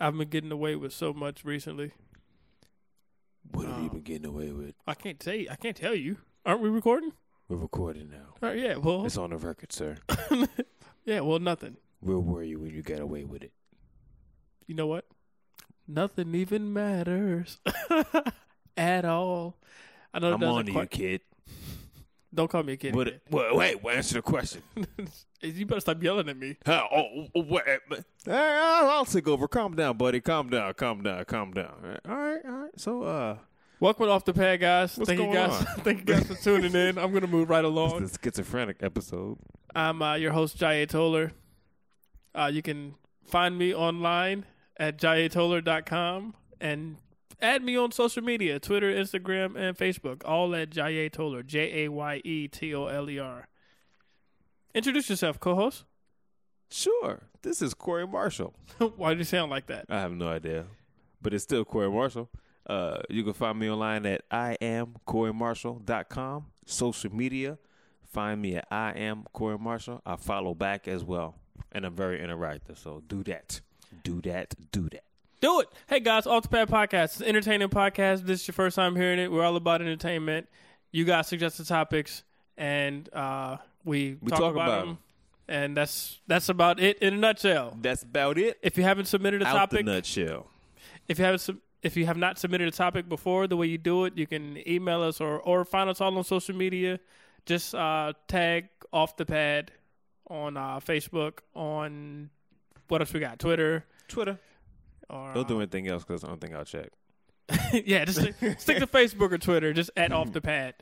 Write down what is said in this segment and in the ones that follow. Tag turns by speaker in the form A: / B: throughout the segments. A: I've been getting away with so much recently.
B: What have you
A: Um,
B: been getting away with?
A: I can't tell you. I can't tell you. Aren't we recording?
B: We're recording now.
A: All right, yeah. Well,
B: It's on the record, sir.
A: yeah. Well, nothing.
B: We'll worry you when you get away with it.
A: You know what? Nothing even matters at all. I know. it
B: I'm
A: doesn't
B: on to you,
A: quite-
B: kid.
A: Don't call me a kid.
B: What,
A: again.
B: what, wait, wait, answer the question.
A: you better stop yelling at me.
B: Huh, oh, oh, wait, eh, but- Hey, I'll, I'll take over. Calm down, buddy. Calm down. Calm down. Calm down. All right, all right. So, uh,
A: Welcome to off the pad, guys.
B: What's
A: thank you
B: going
A: guys.
B: on?
A: thank you guys for tuning in. I'm gonna move right
B: it's
A: along.
B: the schizophrenic episode.
A: I'm uh, your host, Jay Toller. Uh, you can find me online at jayatoller.com and add me on social media Twitter, Instagram, and Facebook, all at Jaye Toller, J A Y E T O L E R. Introduce yourself, co host.
B: Sure. This is Corey Marshall.
A: Why do you sound like that?
B: I have no idea, but it's still Corey Marshall. Uh, you can find me online at I am Corey Marshall.com. Social media, find me at I am Corey Marshall. I follow back as well, and I'm very interactive. So do that, do that, do that.
A: Do it. Hey guys, Off the Pad Podcast. It's an entertaining podcast. If This is your first time hearing it. We're all about entertainment. You guys suggest the topics and uh, we,
B: We talk about
A: 'em. And that's that's about it in a nutshell.
B: That's about it.
A: If you haven't submitted a
B: Out the
A: topic,
B: nutshell.
A: if you haven't sub- if you have not submitted a topic before, the way you do it, you can email us or or find us all on social media. Just uh, tag off the pad on uh, Facebook, on what else we got? Twitter
B: Twitter.
A: or
B: Don't do anything else because I don't think I'll check.
A: yeah, just stick, stick to Facebook or Twitter. Just at off the pad,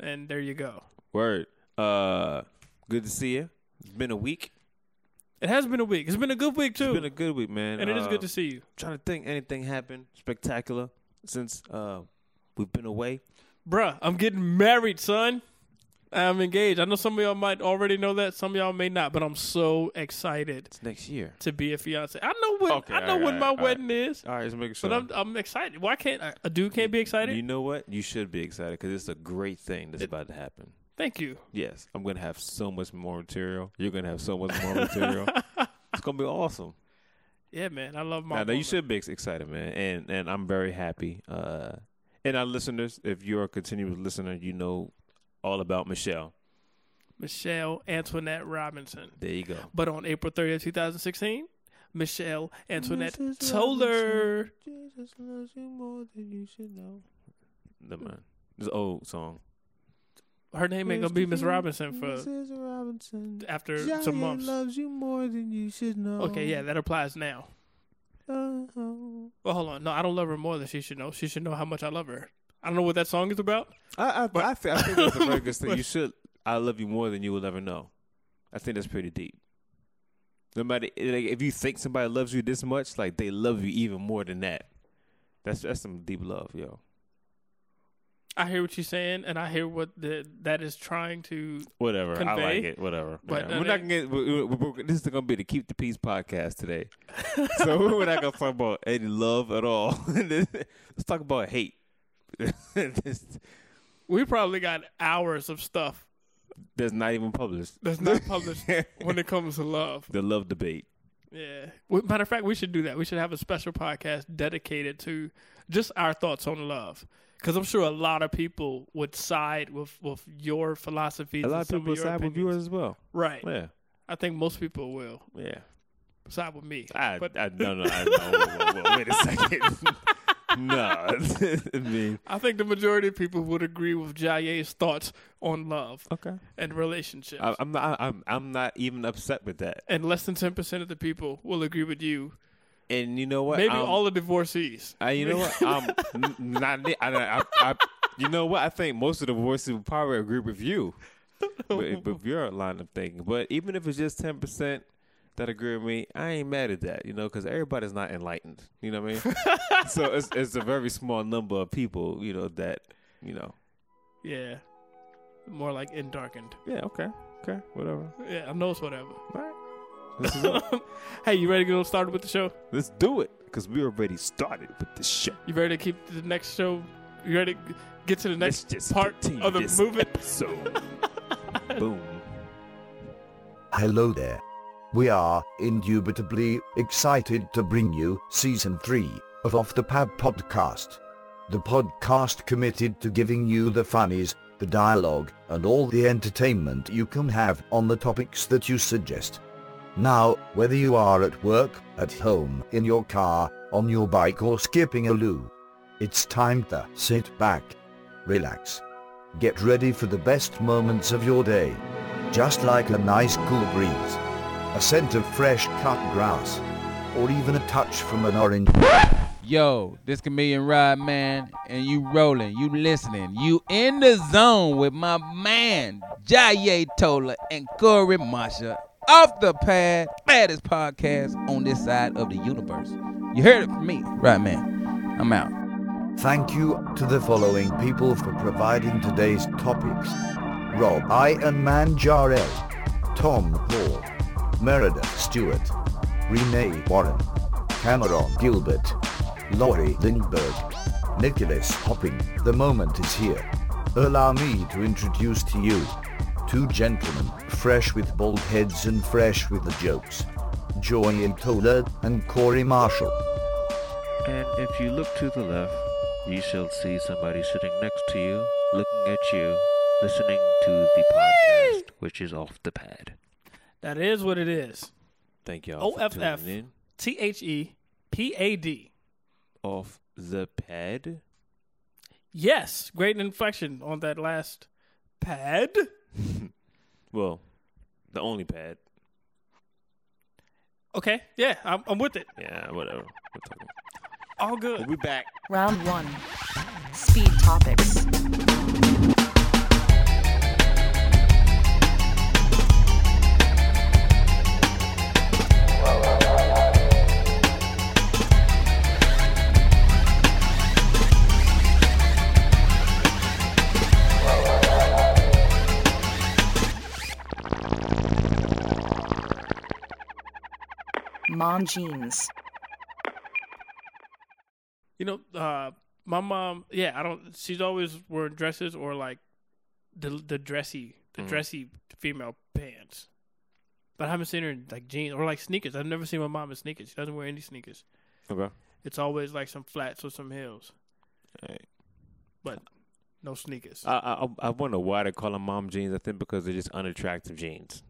A: and there you go.
B: Word. Uh, good to see you. It's been a week.
A: It has been a week. It's been a good week
B: It's
A: too,
B: been a good week, man.
A: and it is
B: Uh,
A: good to see you.
B: trying to think anything happened spectacular since uh we've been away.
A: Bruh, I'm getting married, son. I'm engaged. I know some of y'all might already know that. Some of y'all may not, but I'm so excited
B: It's next year.
A: to be a fiance. I know when
B: Okay,
A: I know
B: alright,
A: when my
B: alright,
A: wedding is,
B: All right, let's make sure.
A: but I'm I'm excited. Why can't I, a dude can't be excited?
B: you know what? You should be excited because it's a great thing that's about to happen.
A: Thank you.
B: Yes, I'm gonna have so much more material. You're gonna have so much more material. It's gonna be awesome.
A: Yeah, man, I love my.
B: Now, now you
A: woman.
B: should be ex- excited, man, and and I'm very happy. Uh, and our listeners, if you're a continuous listener, you know all about Michelle.
A: Michelle Antoinette Robinson.
B: There you go.
A: But on April 30th, 2016, Michelle Antoinette Toller.
B: Jesus loves you more than you should know. Never mind. This is an old song.
A: Her name ain't gonna be Miss Robinson for
B: Mrs. Robinson.
A: after
B: Giant
A: some months.
B: loves you more than you should know.
A: Okay, yeah, that applies now.
B: Uh-huh.
A: Well, hold on. No, I don't love her more than she should know. She should know how much I love her. I don't know what that song is about.
B: I, I, I, thi- I think that's a very good thing. You should. I love you more than you will ever know. I think that's pretty deep. No matter like, if you think somebody loves you this much, like they love you even more than that. That's that's some deep love, yo.
A: I hear what you're saying, and I hear what the, that is trying to.
B: Whatever, I like
A: Convey.
B: it. Whatever.
A: But,
B: Yeah.
A: uh,
B: we're not gonna get. we we we this is gonna be the keep the peace podcast today. so we're not gonna talk about any love at all. Let's talk about hate. This-
A: We probably got hours of stuff
B: that's not even published.
A: that's not published when it comes to love.
B: The love debate.
A: Yeah. Well, Matter of fact, we should do that. We should have a special podcast dedicated to just our thoughts on love. Because I'm sure a lot of people would side with, with your philosophies.
B: A lot
A: and
B: of
A: some
B: people
A: your
B: side with
A: opinions.
B: yours as well.
A: Right.
B: Yeah,
A: I think most people will
B: yeah.
A: side with me.
B: I,
A: But-
B: I no no. I, no whoa, whoa, whoa, wait a second. no, I mean,
A: I think the majority of people would agree with Jaye's thoughts on love
B: okay.
A: and relationships.
B: I, I'm not. I'm. I'm not even upset with that.
A: and less than 10% of the people will agree with you.
B: And you know what?
A: Maybe
B: I'm-
A: all the divorcees.
B: I, you know what? I'm n- not. I, I, I, you know what? I think most of the voices would probably agree with you, with, with your line of thinking. But even if it's just ten percent that agree with me, I ain't mad at that. You know, because everybody's not enlightened. You know what I mean? so it's it's a very small number of people. You know that. You know.
A: Yeah. More like in darkened.
B: Yeah. Okay. Okay. Whatever.
A: Yeah, I know it's whatever.
B: All right. This is it.
A: hey, you ready to get started with the show?
B: Let's do it because we already started with the show.
A: You ready to keep the next show? You ready to get to the next?
B: Let's just
A: part
B: continue
A: of the
B: this
A: movement.
B: episode. Boom.
C: Hello there. We are indubitably excited to bring you season 3 of Off the Pub podcast. The podcast committed to giving you the funnies, the dialogue, and all the entertainment you can have on the topics that you suggest. Now, whether you are at work, at home, in your car, on your bike or skipping a loo, it's time to sit back, relax, get ready for the best moments of your day. Just like a nice cool breeze, a scent of fresh cut grass, or even a touch from an orange.
D: Yo, this comedian Rod man, and you rolling, you listening, you in the zone with my man Jaye Tola and Corey Masha off the pad, baddest podcast on this side of the universe. You heard it from me, Rod man. I'm out.
C: Thank you to the following people for providing today's topics. Rob Iron Man Jarrell, Tom Hall, Meredith Stewart, Renee Warren, Cameron Gilbert, Laurie Lindberg, Nicholas Hopping. The moment is here. Allow me to introduce to you two gentlemen, fresh with bald heads and fresh with the jokes. Joy Tola and Corey Marshall.
E: And if you look to the left, you shall see somebody sitting next to you, looking at you, listening to the podcast, which is off the pad.
A: That is what it is.
B: Thank y'all for
A: OFF.
B: tuning in.
A: T H E P A D.
B: Off the pad.
A: Yes, great inflection on that last pad.
B: Well, the only pad.
A: Okay, yeah, I'm, I'm with it.
B: Yeah, whatever. We're talking-
A: All
B: But
A: good.
B: we back.
F: Round one. Speed topics. Mom jeans.
A: You know, uh, my mom. Yeah, I don't. She's always wearing dresses or like the the dressy the
B: Mm-hmm.
A: dressy female pants. But I haven't seen her in like jeans or like sneakers. I've never seen my mom in sneakers. She doesn't wear any sneakers.
B: Okay.
A: It's always like some flats or some heels,
B: Alright.
A: but no sneakers.
B: I I I wonder why they call them mom jeans. I think because they're just unattractive jeans.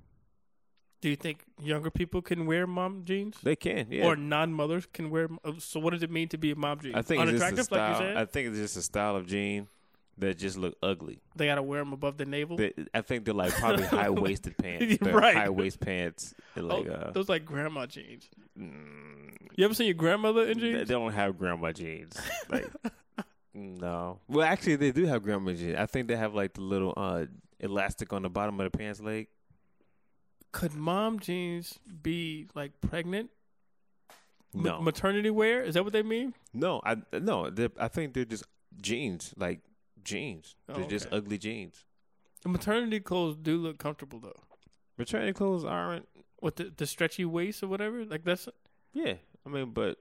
A: Do you think younger people can wear mom jeans?
B: They can, yeah.
A: Or non mothers can wear. oh, So what does it mean to be a mom jean?
B: I think it's just a
A: unattractive, like
B: style.
A: you said.
B: I think it's just a style of jean that just look ugly.
A: they gotta wear them above the navel.
B: They, I think they're like probably high waisted pants. They're
A: Right.
B: High waist pants. They're
A: Oh,
B: like uh,
A: those like grandma jeans.
B: mm,
A: You ever seen your grandmother in
B: they, they
A: jeans?
B: don't have grandma jeans. Like no. Well, actually, they do have grandma jeans. I think they have like the little uh elastic on the bottom of the pants leg.
A: Could mom jeans be like pregnant Ma-
B: No,
A: maternity wear? Is that what they mean?
B: no, I no. they're- I think they're just jeans, like jeans.
A: Oh,
B: they're just
A: okay.
B: ugly jeans.
A: The maternity clothes do look comfortable though,
B: Maternity clothes aren't.
A: with the, the stretchy waist or whatever. Like that's
B: Yeah, I mean, but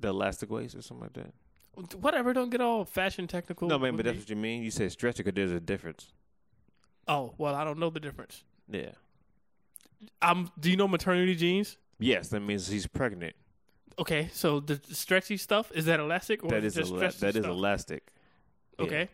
B: the elastic waist or something like that.
A: whatever. Don't get all fashion technical.
B: No, man,
A: with
B: but that's
A: me.
B: what you mean. You said stretch it 'cause there's a difference.
A: oh well, I don't know the difference.
B: Yeah.
A: Um, do you know maternity jeans?
B: Yes, that means he's pregnant.
A: Okay, so the stretchy stuff is that elastic or
B: That
A: is
B: is
A: it just
B: ela-
A: stretchy
B: that is
A: stuff?
B: elastic. Yeah.
A: Okay,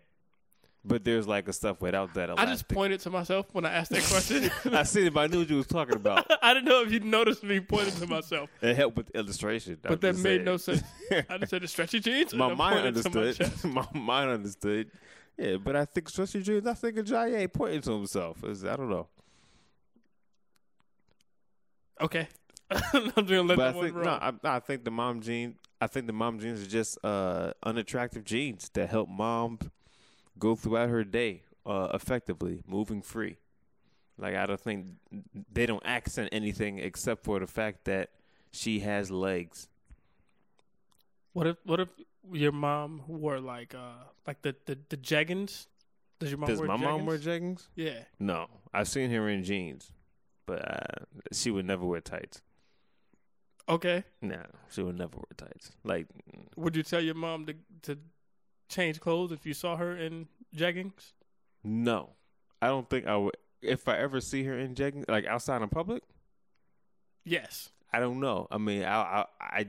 B: But there's like a stuff without that
A: I
B: elastic.
A: just pointed to myself when I asked that question.
B: I seen it, but I knew what you was talking about.
A: I didn't know if you noticed me pointing to myself,
B: It helped with the illustration. I'm
A: but that
B: just
A: made no
B: saying.
A: sense. I just said the stretchy jeans. and
B: my
A: I
B: mind
A: pointed to my
B: understood.
A: chest.
B: My, mind understood. Yeah, but I think stretchy jeans. I think a Jay pointing to himself. It's- I don't know.
A: Okay, I'm just gonna let
B: but I
A: that one
B: think
A: roll.
B: no, I, I think the mom jeans. I think the mom jeans are just uh, unattractive jeans that help mom go throughout her day uh, effectively, moving free. Like I don't think they don't accent anything except for the fact that she has legs.
A: what if what if your mom wore like uh like the the, the jeggings? Does your mom
B: Does
A: wear
B: my
A: jeggings?
B: mom wear jeggings?
A: yeah,
B: No, I've seen her in jeans, but uh, she would never wear tights.
A: okay.
B: Nah, she would never wear tights. Like
A: Would you tell your mom to to change clothes if you saw her in jeggings?
B: no, I don't think I would. If I ever see her in jeggings, like outside in public,
A: Yes.
B: I don't know. I mean, I I I,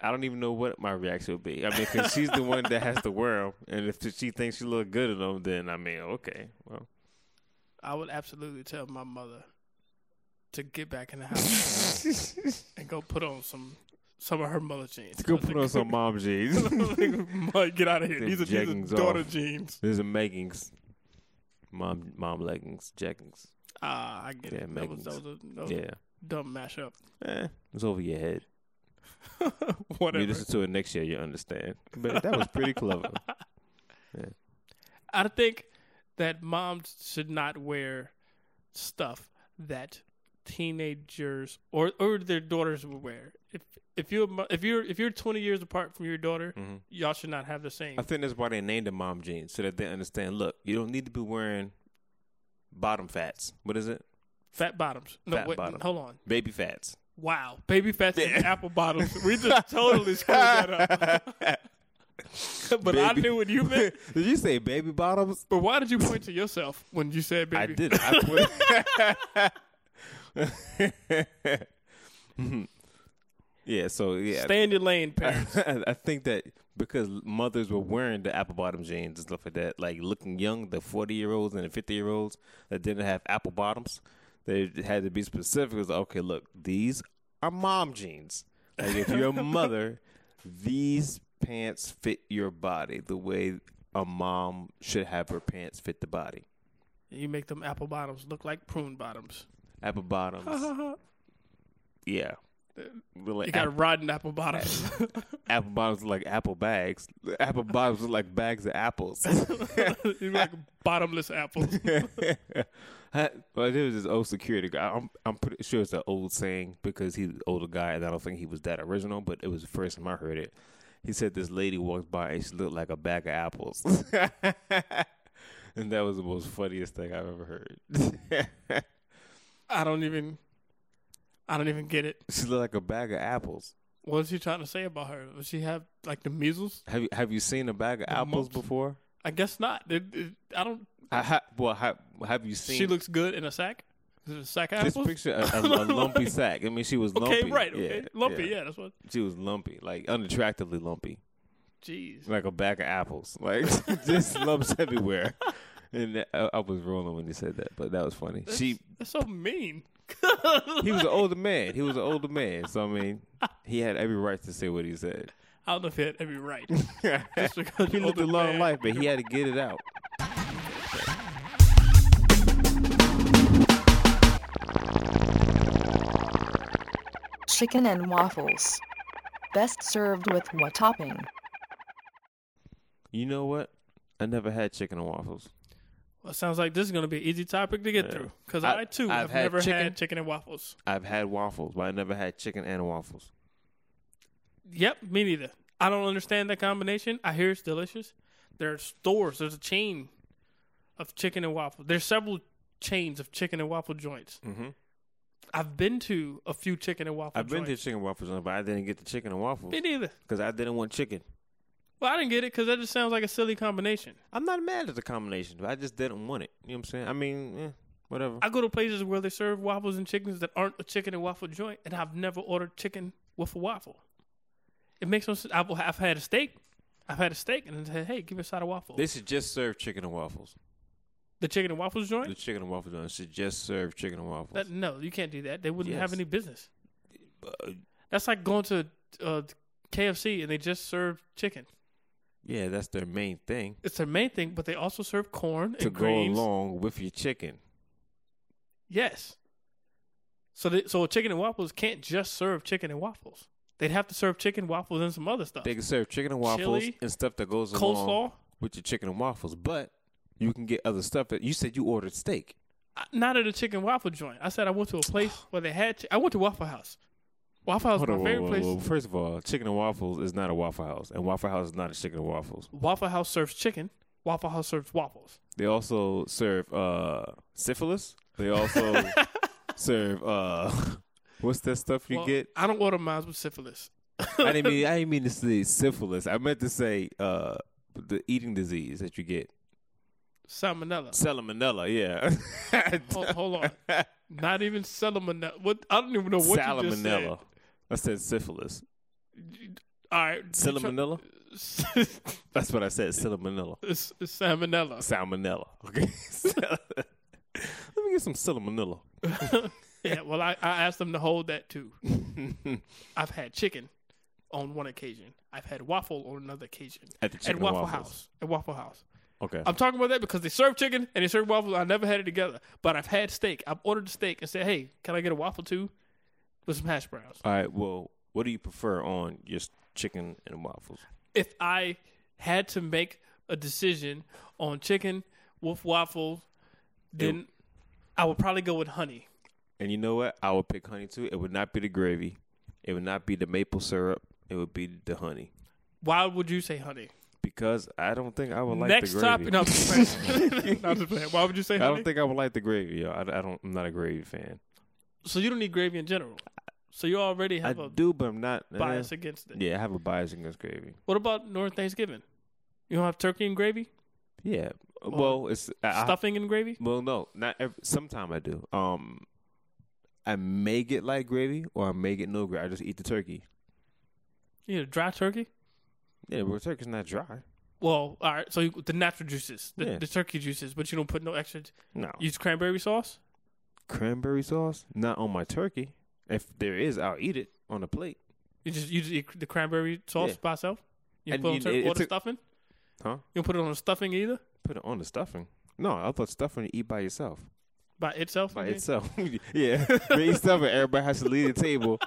B: I don't even know what my reaction would be. I mean, because she's the one that has the worm, and if she thinks she look good in them, then I mean, okay, well,
A: I would absolutely tell my mother to get back in the house and go put on some some of her mother jeans.
B: go put on some mom jeans.
A: Mike, get out of here.
B: Them
A: These are, these
B: jeggings
A: are daughter
B: off.
A: jeans.
B: There's a Meggings, mom mom leggings, jeggings.
A: Ah, I get
B: Yeah,
A: it. That was, that
B: Megan's.
A: was a that was a
B: Yeah,
A: dumb mashup.
B: eh, it's over your head.
A: Whatever.
B: You listen to it next year, you understand. But that was pretty clever.
A: I think that moms should not wear stuff that teenagers or or their daughters would wear. If if you if you're if you're 20 years apart from your daughter, y'all should not have the same.
B: Mm-hmm. I think that's why they named the mom jeans so that they understand. Look, you don't need to be wearing bottom fats. What is it?
A: Fat bottoms. No,
B: Fat
A: wait,
B: bottom.
A: hold on.
B: Baby fats.
A: Wow, baby fats and apple bottoms. We just totally screwed that up. but I
B: Baby-
A: knew what you meant.
B: Did you say baby bottoms?
A: But why did you point to yourself when you said baby?
B: I did. I put. yeah. So yeah,
A: Stay in your lane, parents.
B: I think that because mothers were wearing the apple bottom jeans and stuff like that, like looking young, the forty year olds and the fifty year olds that didn't have apple bottoms, they had to be specific. It was like, okay, look, these are mom jeans. Like if you're a mother, these pants fit your body the way a mom should have her pants fit the body.
A: you make them apple bottoms look like prune bottoms.
B: Apple bottoms. yeah. They're like
A: You got
B: apple-
A: rotten apple bottoms.
B: apple bottoms look like apple bags. Apple bottoms look like bags of apples.
A: you like bottomless apples.
B: well, it was this old security guy. I'm I'm pretty sure it's an old saying because he's an older guy, and I don't think he was that original. But it was the first time I heard it. He said this lady walked by and she looked like a bag of apples, and that was the most funniest thing I've ever heard.
A: I don't even. I don't even get it.
B: she looked like a bag of apples.
A: What is he trying to say about her? Does she have like the measles?
B: Have you have you seen a bag of apples
A: mumps.
B: before?
A: I guess not. It- it- I don't.
B: I ha- well, ha- have you seen?
A: She looks good in a sack. Is it a sack of
B: Just
A: apples?
B: picture a, a, a lumpy sack. I mean, she was lumpy.
A: okay, right. Okay, lumpy. Yeah. that's what.
B: She was lumpy, like unattractively lumpy,
A: Jeez.
B: like a bag of apples, like just lumps everywhere. And that- I, I was rolling when he said that, but that was funny. She,
A: That's so mean.
B: he was an older man. He was an older man, so I mean, he had every right to say what he said.
A: I don't know if he had every right. Just because
B: he
A: you're
B: lived a
A: older
B: long
A: man.
B: life, but he had to get it out.
F: Chicken and waffles. Best served with what topping?
B: You know what? I never had chicken and waffles.
A: Well, it sounds like this is going to be an easy topic to get
B: Yeah.
A: through. 'Cause through because
B: I-
A: I, too
B: I've
A: have
B: had
A: never
B: chicken.
A: had chicken and waffles.
B: I've had waffles, but I never had chicken and waffles.
A: Yep, me neither. I don't understand that combination. I hear it's delicious. There are stores. There's a chain of chicken and waffle. There's several chains of chicken and waffle joints. Mm-hmm. I've been to a few chicken and waffle.
B: I've been to
A: joints.
B: chicken waffles, but I didn't get the chicken and waffles
A: Me neither.
B: because I didn't want chicken.
A: Well, I didn't get it because that just sounds like a silly combination.
B: I'm not mad at the combination, but I just didn't want it. You know what I'm saying? I mean, eh, whatever.
A: I go to places where they serve waffles and chickens that aren't a chicken and waffle joint, and I've never ordered chicken with a waffle. It makes no sense. I've, I've had a steak. I've had a steak and said, "Hey, give me a side of waffle."
B: they should just serve chicken and waffles.
A: the chicken and waffles joint.
B: The chicken and waffle joint should just serve chicken and waffles.
A: That, no, you can't do that. They wouldn't have
B: Yes. uh,
A: any business. That's like going to uh, KFC and they just serve chicken.
B: yeah, that's their main thing
A: It's their main thing, but they also serve corn
B: to
A: and greens.
B: go along with your chicken.
A: Yes. So, they, so chicken and waffles can't just serve chicken and waffles. They'd have to serve chicken waffles and some other stuff.
B: They can serve chicken and waffles
A: Chili,
B: and stuff that goes along
A: coleslaw.
B: with your chicken and waffles, but you can get other stuff that you said you ordered steak.
A: I- Not at a chicken waffle joint. I said I went to a place where they had. chi- I went to Waffle House. Waffle House is
B: Hold
A: my
B: on,
A: favorite
B: whoa, whoa,
A: place.
B: whoa. First of all, chicken and waffles is not a Waffle House, and Waffle House is not a chicken and waffles.
A: Waffle House serves chicken. Waffle House serves waffles.
B: They also serve uh, syphilis. They also serve uh, what's that stuff you
A: Well,
B: get?
A: I don't order mine with syphilis.
B: I didn't mean I didn't mean to say syphilis. I meant to say uh, the eating disease that you get.
A: salmonella.
B: Salmonella, yeah.
A: Hold, hold on. Not even salmonella. What I don't even know what you just said.
B: Salmonella. I said syphilis.
A: All right.
B: Salmonella.
A: It's-
B: That's what I said. Salmonella.
A: it's salmonella.
B: Salmonella. Okay. Let me get some salmonella.
A: Yeah. Well, I, I asked them to hold that too. I've had chicken on one occasion. I've had waffle on another occasion.
B: At the Chicken
A: at Waffle
B: Waffles.
A: House. At Waffle House.
B: Okay.
A: I'm talking about that because they serve chicken and they serve waffles. I never had it together, but I've had steak. I've ordered a steak and said, "Hey, can I get a waffle too, with some hash browns?"
B: All right. Well, what do you prefer on your s- chicken and waffles?
A: If I had to make a decision on chicken with waffles, then I would probably go with honey.
B: And you know what? I would pick honey too. It would not be the gravy. It would not be the maple syrup. It would be the honey.
A: Why would you say honey?
B: Because I don't think I would like
A: Next
B: the gravy.
A: topic. No, I'm just playing. No, I'm just playing. Why would you say
B: I
A: honey?
B: don't think I would like the gravy. Yo. I, I don't. I'm not a gravy fan.
A: so you don't need gravy in general. So you already
B: I
A: have a
B: do, but I'm not eh.
A: bias against it.
B: Yeah, I have a bias against gravy.
A: What about North Thanksgiving? You don't have turkey and gravy,
B: Yeah. Well, it's I, I-
A: stuffing and gravy.
B: Well, no, not every. Sometime I do. Um, I may get light gravy, or I may get no gravy. I just eat the turkey.
A: You know, dry turkey.
B: Yeah, but turkey's not dry.
A: Well, all right. So you, the natural juices, the,
B: Yeah.
A: the turkey juices, but you don't put no extra.
B: No.
A: Use cranberry sauce.
B: cranberry sauce? Not on my turkey. If there is, I'll eat it on a plate.
A: You just use the- the cranberry sauce
B: Yeah.
A: by itself. You
B: And
A: put
B: you-
A: on turkey
B: it-
A: or
B: it's
A: the
B: a-
A: stuffing.
B: Huh?
A: You don't put it on the stuffing either
B: Put it on the stuffing. No, I thought stuffing you eat by yourself.
A: by itself.
B: By
A: I mean.
B: itself. yeah. they eat stuffing. Everybody has to leave the table.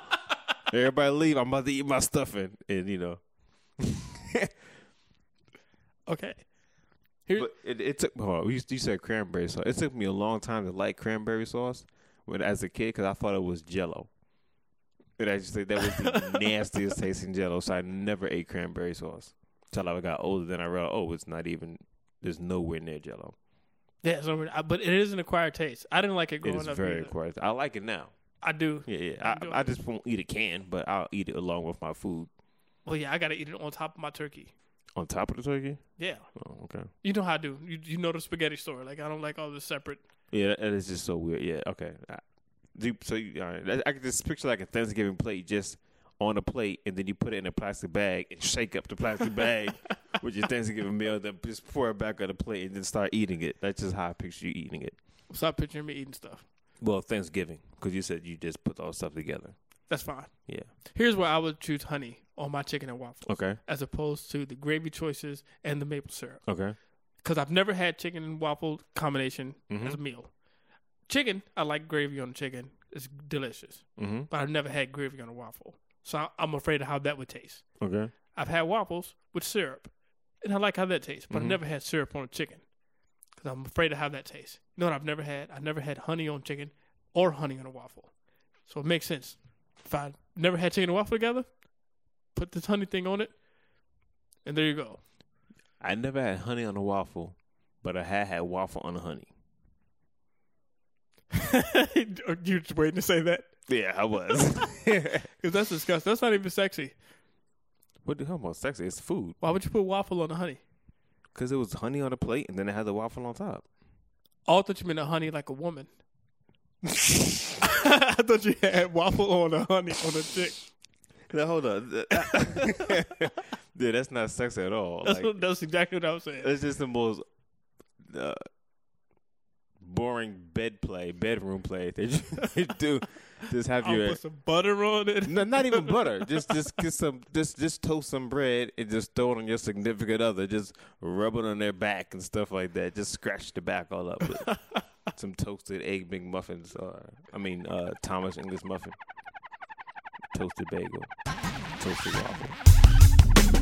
B: Everybody leave. I'm about to eat my stuffing. And, you know.
A: Okay. Here,
B: But it, it took. Oh, you, you said cranberry sauce. It took me a long time to like cranberry sauce when as a kid because I thought it was Jello. And I just think that was the nastiest tasting Jello. So I never ate cranberry sauce until I got older. Then I realized, oh, it's not even. There's nowhere near Jello.
A: yeah, so, I- but it is an acquired taste. I didn't like it
B: It
A: growing
B: is
A: up.
B: very
A: either.
B: acquired. I like it now.
A: I do.
B: Yeah,
A: I
B: yeah.
A: do.
B: I, I just won't eat a can, but I'll eat it along with my food
A: Well, yeah, I gotta eat it on top of my turkey.
B: on top of the turkey.
A: Yeah,
B: Oh, okay.
A: you know how I do. You you know the spaghetti store. Like I don't like all the separate.
B: Yeah, that- that is just so weird. Yeah, okay. I, do so you, all right. I, I can just picture like a Thanksgiving plate just on a plate, and then you put it in a plastic bag and shake up the plastic bag with your Thanksgiving meal, then just pour it back on the plate and then start eating it. That's just how I picture you eating it.
A: Stop picturing me eating stuff.
B: Well, Thanksgiving, because you said you just put all stuff together.
A: That's fine.
B: Yeah.
A: Here's where I would choose honey on my chicken and waffles.
B: Okay.
A: as opposed to the gravy choices and the maple syrup.
B: Okay.
A: Because I've never had chicken and waffle combination
B: Mhm.
A: as a meal. Chicken, I like gravy on chicken. It's delicious,
B: Mm-hmm.
A: but I've never had gravy on a waffle, so I- I'm afraid of how that would taste.
B: Okay.
A: I've had waffles with syrup, and I like how that tastes, but I've never had syrup on a chicken because I'm afraid of how that tastes. You know what I've never had? I've never had honey on chicken or honey on a waffle, so it makes sense. If I never had chicken and waffle together, put this honey thing on it, and there you go.
B: I never had honey on a waffle, but I had had waffle on a honey.
A: Are you just waiting to say that?
B: Yeah, I was.
A: Because that's disgusting. That's not even sexy.
B: what the hell about sexy? It's food.
A: Why would you put waffle on the honey?
B: Because it was honey on a plate, and then it had the waffle on top.
A: Oh, I thought you meant a honey like a woman. I thought you had waffle on a honey on a chick.
B: Now, hold on. Dude, that's not sexy at all.
A: That's,
B: Like,
A: what, that's exactly what I was saying.
B: that's just the most uh, boring bed play, bedroom play that you could do. Just have
A: I'll
B: your.
A: put some butter on it.
B: No, not even butter. Just, just get some. Just, just toast some bread and just throw it on your significant other. Just rub it on their back and stuff like that. Just scratch the back all up with some toasted egg McMuffins. Or I mean, uh, Thomas English muffin, toasted bagel, toasted waffle.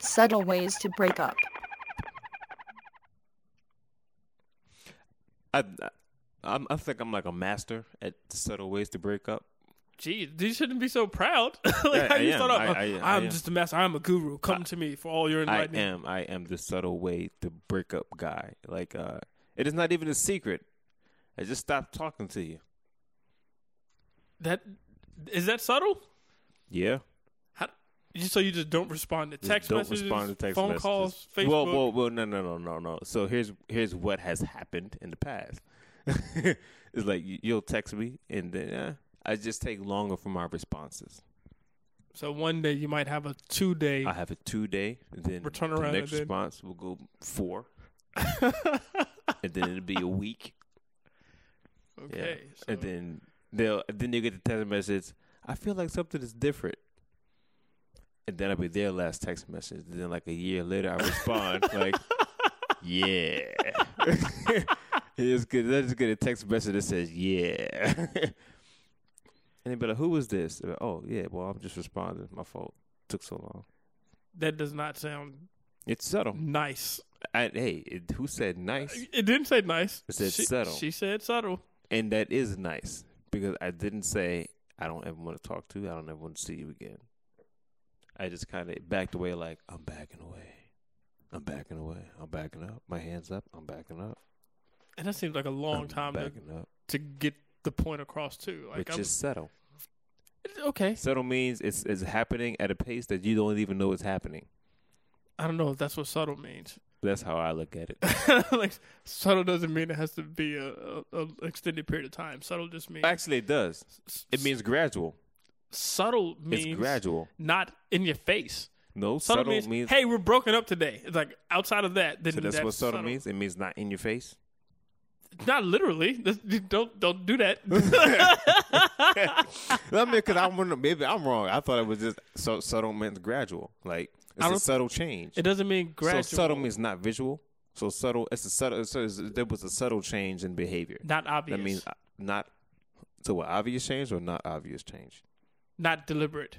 F: Subtle ways to break up.
B: I, I, I'm- I think I'm like a master at subtle ways to break up.
A: Jeez, you shouldn't be so proud. like
B: Yeah,
A: how
B: I
A: you
B: am.
A: start off.
B: I- I-
A: I'm
B: I am.
A: just a master. I'm a guru. Come to me for all your
B: I
A: enlightenment.
B: am. I am the subtle way to break up guy. Like, uh, it is not even a secret. I just stopped talking to you.
A: That is that subtle?
B: Yeah.
A: How, so you just don't respond to
B: Just
A: text
B: don't
A: messages,
B: respond to text
A: phone
B: messages.
A: calls, Facebook.
B: Well, well, well, no, no, no, no, no. So here's here's what has happened in the past. it's like you- you'll text me, and then uh, I just take longer for my responses.
A: so one day you might have a two day.
B: I have a two day, and then
A: Return
B: the
A: around
B: next
A: and then-
B: response will go four, and then it'll be a week. Yeah.
A: okay, so
B: And then they'll then you get the text message. I feel like something is different. And then I'll be their last text message. And then like a year later I respond like Yeah. it's good they just get a text message that says yeah. and they be like, Who was this? They're like, oh yeah, well I'm just responding. My fault. Took so long.
A: that does not sound
B: It's subtle.
A: nice.
B: I, hey, it, who said nice?
A: It didn't say nice.
B: It said
A: she,
B: subtle.
A: She said subtle.
B: And that is nice because I didn't say I don't ever want to talk to you. I don't ever want to see you again. I just kind of backed away, like I'm backing away. I'm backing away. I'm backing up. My hands up. I'm backing up.
A: And that seems like a long
B: I'm
A: time to,
B: backing up,
A: to get the point across too. Like
B: which
A: I'm,
B: is settle.
A: okay.
B: Settle means it's it's happening at a pace that you don't even know it's happening.
A: I don't know if that's what subtle means.
B: That's how I look at it.
A: like subtle doesn't mean it has to be a, a, a extended period of time. Subtle just means
B: Actually, it does. It means gradual.
A: subtle means
B: it's gradual.
A: not in your face.
B: No,
A: Subtle,
B: subtle,
A: means,
B: means.
A: hey, we're broken up today. It's like outside of that, then
B: so that's, what subtle,
A: subtle
B: means. It means not in your face.
A: Not literally. That's- Don't don't do that.
B: I mean, because I'm wondering- maybe I'm wrong. I thought it was just so subtle meant gradual. Like it's
A: I
B: a
A: don't-
B: subtle change.
A: it doesn't mean gradual.
B: So subtle means not visual. So subtle. It's a subtle. So it's, there was a subtle change in behavior.
A: not obvious.
B: That means uh, not. So what? Obvious change or not obvious change?
A: not deliberate.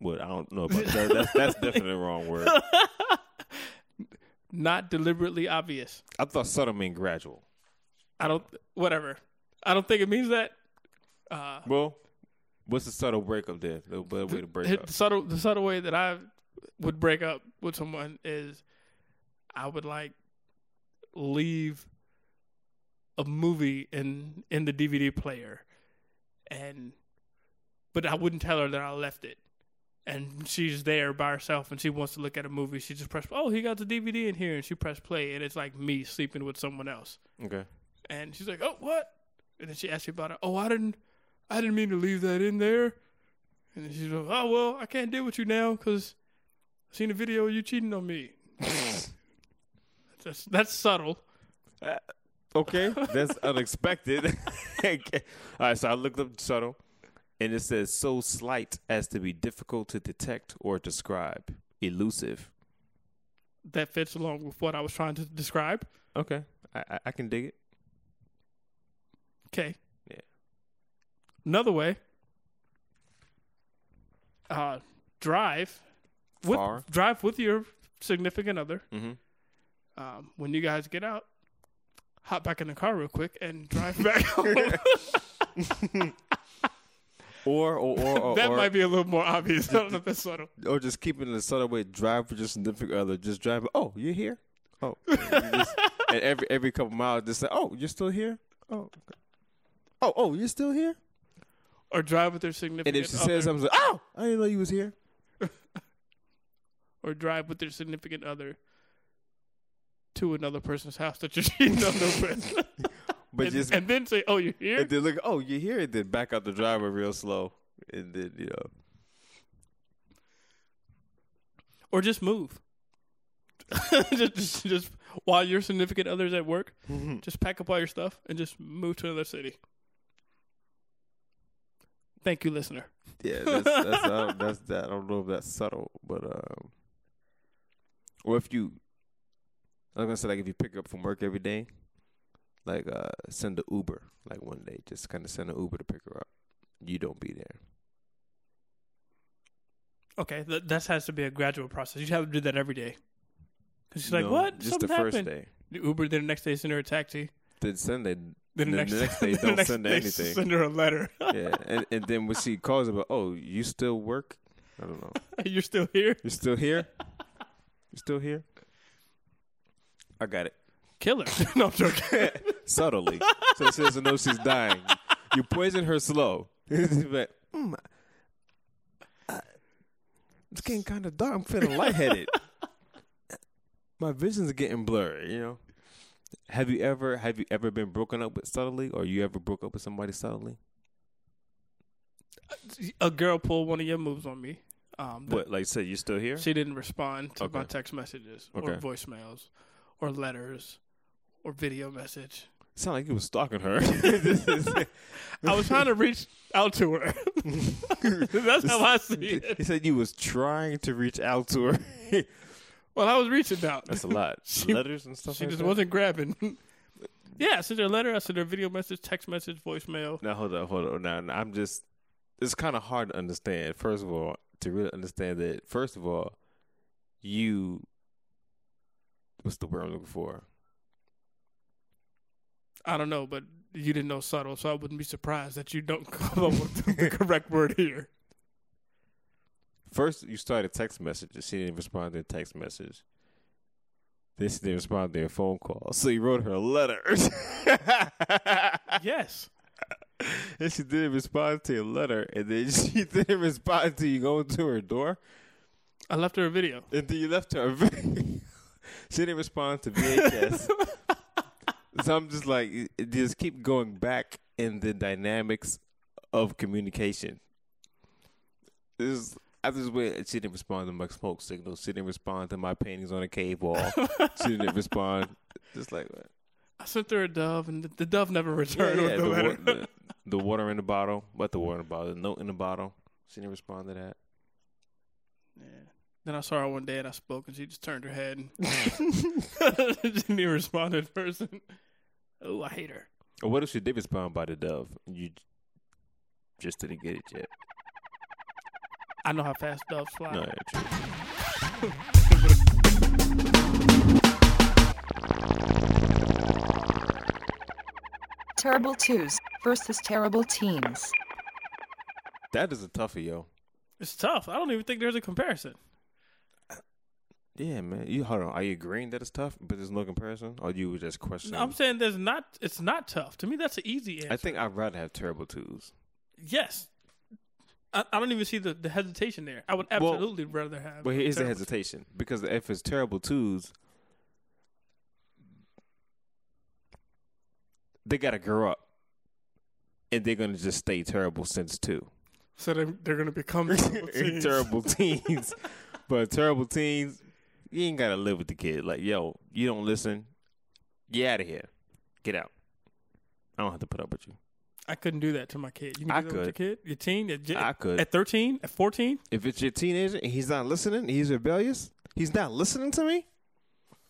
B: What I don't know about that. That's, that's definitely the wrong word.
A: Not deliberately obvious.
B: I thought subtle meant gradual.
A: I don't. Whatever. I don't think it means that. Uh,
B: Well, what's the subtle breakup then? The better way to break up.
A: the subtle the subtle way that I would break up with someone is I would like leave a movie in in the DVD player and but I wouldn't tell her that I left it. And she's there by herself and she wants to look at a movie. She just press oh, he got the DVD in here and she pressed play and it's like me sleeping with someone else.
B: Okay.
A: And she's like, "Oh, what?" And then she asked me about it. Oh, I didn't, I didn't mean to leave that in there. And then she's like, "Oh well, I can't deal with you now because I seen a video of you cheating on me." that's that's subtle.
B: Okay, that's unexpected. Okay. All right, so I looked up subtle, and it says so slight as to be difficult to detect or describe, elusive.
A: That fits along with what I was trying to describe.
B: Okay, I, I, I can dig it.
A: Okay.
B: Yeah.
A: Another way. Uh, drive with
B: Far.
A: drive with your significant other.
B: Mhm.
A: Um, when you guys get out, hop back in the car real quick and drive back home.
B: Or or or or,
A: that
B: or,
A: might be a little more obvious. I don't know if that's subtle.
B: or just keeping the subtle way drive for just significant other. Just drive. Oh, you're here. Oh, You just- and every every couple miles, just say, oh, you're still here. Oh, okay. oh, oh, you're still here.
A: Or drive with their significant
B: And if she
A: other.
B: says something, like, oh, I didn't know you was here.
A: or drive with their significant other to another person's house that you're cheating on them with.
B: But
A: and,
B: just
A: and then say, "Oh, you're here."
B: And then look, oh, you hear it, then back out the driver real slow. And then, you know.
A: or just move. just, just, just while your significant other's at work, just pack up all your stuff and just move to another city. Thank you, listener.
B: Yeah, that's that's, I don't- that's that. I don't know if that's subtle, but um or if you I was gonna say like if you pick up from work every day, like uh send an Uber, like one day, just kinda send an Uber to pick her up. You don't be there.
A: Okay, th- that has to be a gradual process. You have to do that every day. 'Cause she's like,
B: No,
A: "What?
B: Just
A: Something
B: the first
A: happened."
B: day.
A: The Uber. Then the next day, send her a taxi.
B: Then send it
A: Then the next,
B: day
A: then the
B: don't
A: next
B: send her
A: day,
B: anything.
A: Send her a letter.
B: yeah. And and then when she calls about, oh, you still work? I don't know.
A: You're still here.
B: You still here? You still here? I got it.
A: Killer. no, I'm joking.
B: Subtly. so she doesn't know she's dying. You poison her slow. but, mm, I- hmm, It's getting kind of dark. I'm feeling lightheaded. My vision's getting blurry. You know. Have you ever have you ever been broken up with subtly, or you ever broke up with somebody subtly?
A: A girl pulled one of your moves on me. Um, that
B: What, like said, you still here?
A: She didn't respond to my
B: Okay.
A: text messages or
B: Okay.
A: voicemails or letters or video message.
B: Sound like you was stalking her.
A: I was trying to reach out to her. That's how I see it.
B: He said you was trying to reach out to her.
A: Well, I was reaching out.
B: That's a lot.
A: She-
B: Letters and stuff.
A: She
B: like
A: just
B: that?
A: wasn't grabbing. yeah, I sent her a letter. I sent her a video message, text message, voicemail.
B: Now hold on, hold on. Now now, I'm just. It's kind of hard to understand. First of all, to really understand that, first of all, you. What's the word I'm looking for?
A: I don't know, but you didn't know subtle, so I wouldn't be surprised that you don't come up with the correct word here.
B: First, you started text messages. She didn't respond to a text message. Then she didn't respond to a phone call. So you wrote her a letter.
A: Yes.
B: and she didn't respond to your letter. And then she didn't respond to you going to her door.
A: I left her a video.
B: And then you left her. a very- she didn't respond to VHS. so I'm just like, it- it just keep going back in the dynamics of communication. This I just went. She didn't respond to my smoke signals. She didn't respond to my paintings on a cave wall. she didn't respond. Just like what?
A: I sent her a dove, and the, the dove never returned with the,
B: wa-
A: letter.
B: the, the water in the bottle. What the water in the bottle? The note in the bottle. She didn't respond to that.
A: Then I saw her one day and I spoke, and she just turned her head and didn't even respond in person. Oh, I hate her.
B: Or what if she did respond by the dove? And you j- just didn't get it yet.
A: I know how fast doves fly.
B: No, yeah, true.
F: Terrible twos versus terrible teens.
B: That is a toughie, yo.
A: It's tough. I don't even think there's a comparison.
B: Yeah, man. You hold on. Are you agreeing that it's tough, but there's no comparison, or you were just questioning?
A: I'm saying there's not. It's not tough. To me, that's an easy answer.
B: I think I'd rather have terrible twos.
A: yes. I, I don't even see the, the hesitation there. I would
B: Well-
A: absolutely rather have.
B: But
A: a
B: here's the
A: terrible-
B: hesitation because if it's terrible twos, they gotta grow up, and they're gonna just stay terrible since two.
A: So they're, they're going to become terrible. teens.
B: terrible teens, but terrible teens, you ain't gotta live with the kid. Like, yo, you don't listen. Get out of here. Get out. I don't have to put up with you.
A: I couldn't do that to my kid. You can do
B: I
A: that with your
B: could.
A: kid, your teen. Your, j-
B: I could.
A: at 13, at 14.
B: If it's your teenager and he's not listening, he's rebellious, he's not listening to me,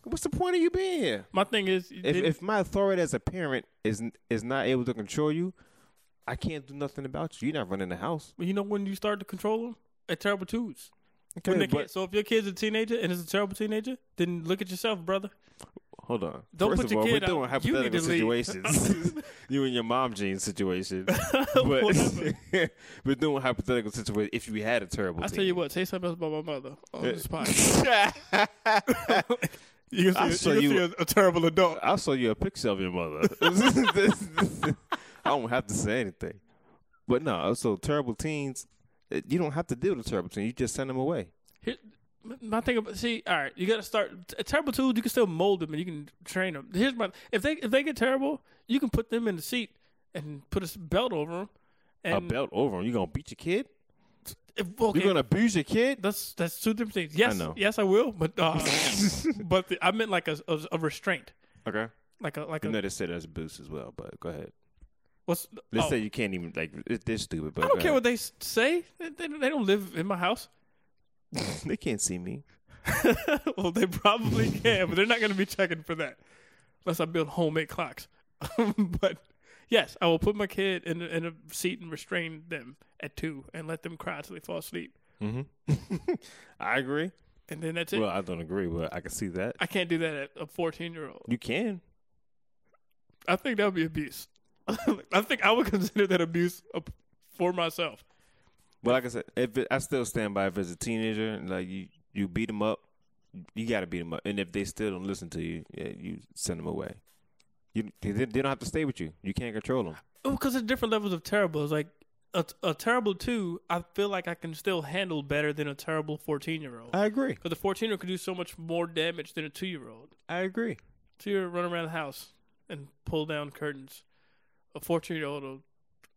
B: what's the point of you being here?
A: My thing is,
B: If,
A: didn't-
B: if my authority as a parent is is not able to control you, I can't do nothing about you. You're not running the house.
A: But you know when you start to control them? At terrible twos. When
B: Okay,
A: they
B: but
A: can't- so if your kid's a teenager and is a terrible teenager, then look at yourself, brother.
B: hold on.
A: Don't
B: First
A: put
B: of
A: your
B: all,
A: kid
B: we're doing
A: out. You need
B: hypothetical
A: to leave.
B: situations. you and your mom jeans situation. But
A: Whatever.
B: we're doing hypothetical situations. If you had a terrible,
A: I
B: teen.
A: tell you what, say something else about my mother on this podcast.
B: Eh. you I'll show you
A: a, terrible adult.
B: I'll show you a picture of your mother. I don't have to say anything. But no, so terrible teens, uh, you don't have to deal with terrible teens. You just send them away.
A: Here, my thing about see, all right, you got to start t- terrible twos. You can still mold them and you can train them. Here's my if they if they get terrible, you can put them in the seat and put a s- belt over them. And
B: a belt over them. You gonna beat your kid?
A: if- okay,
B: You gonna abuse your kid?
A: that's that's two different things. Yes,
B: know.
A: yes, I will, but uh, but the, I meant like a, a a restraint,
B: Okay.
A: like a like
B: You
A: a
B: know they said that's abuse as well, but go ahead.
A: what's
B: They
A: oh.
B: say you can't even like it, they're stupid. But uh,
A: I don't care what they s- say. They, they, they don't live in my house.
B: they they can't see me.
A: well, they probably can, but they're not going to be checking for that unless I build homemade clocks. but yes, I will put my kid in a, in a seat and restrain them at two and let them cry till they fall asleep,
B: I agree.
A: and then that's it.
B: Well, I don't agree, but I can see that.
A: I can't do that at a fourteen year old.
B: You can.
A: I think that would be abuse. I think I would consider that abuse up for myself.
B: But like I said, if it, I still stand by, if it's a teenager, and, like you, you beat them up, you gotta beat them up, and if they still don't listen to you, yeah, you send them away. You they, they don't have to stay with you. You can't control them.
A: because there's different levels of terrible. It's like a, a terrible two, I feel like I can still handle better than a terrible fourteen year old.
B: I agree.
A: Because the fourteen year old can do so much more damage than a two year old.
B: I agree.
A: Two year old run around the house and pull down curtains. A fourteen year old will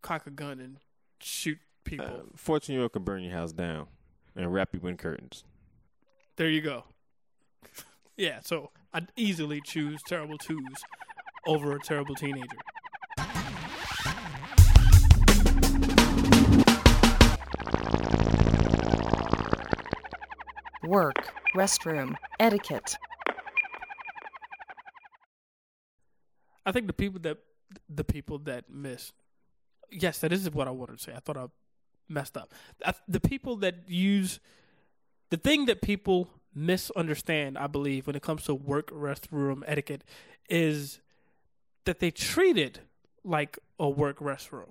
A: cock a gun and shoot people.
B: Fourteen year old can burn your house down and wrap you in curtains.
A: There you go. yeah, so I'd easily choose terrible twos over a terrible teenager.
F: Work, restroom, etiquette.
A: I think the people that the people that miss. Yes, that is what I wanted to say. I thought I messed up. I, the people that use the thing that people misunderstand, I believe, when it comes to work restroom etiquette, is that they treat it like a work restroom,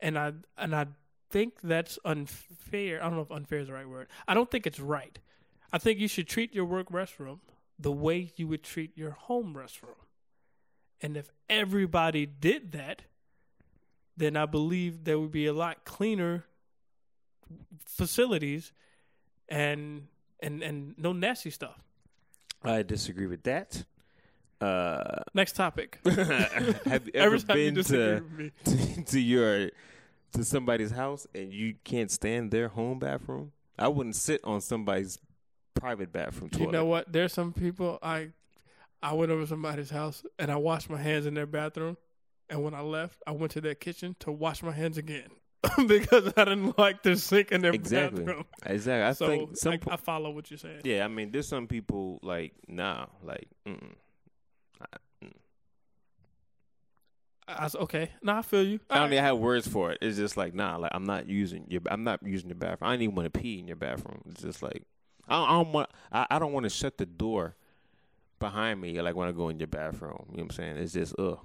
A: and I and I think that's unfair. I don't know if unfair is the right word. I don't think it's right. I think you should treat your work restroom the way you would treat your home restroom. And if everybody did that, then I believe there would be a lot cleaner facilities and and and no nasty stuff.
B: I disagree with that. Uh,
A: Next topic.
B: have you ever
A: Every time you
B: been
A: disagree
B: to,
A: with me.
B: to to your to somebody's house and you can't stand their home bathroom? I wouldn't sit on somebody's private bathroom toilet.
A: You know what? There's some people I I went over to somebody's house and I washed my hands in their bathroom and when I left, I went to their kitchen to wash my hands again because I didn't like the sink in their
B: Exactly.
A: bathroom.
B: Exactly. I
A: So
B: think some
A: I,
B: po-
A: I follow what you're saying.
B: Yeah, I mean, there's some people like nah, like mm-mm.
A: I, I was- okay. No, I feel you.
B: I don't even have words for it. It's just like nah, like I'm not using your, I'm not using your bathroom. I don't even want to pee in your bathroom. It's just like I don't, I don't want, I, I don't want to shut the door behind me. Like when I go in your bathroom, you know what I'm saying? It's just ugh,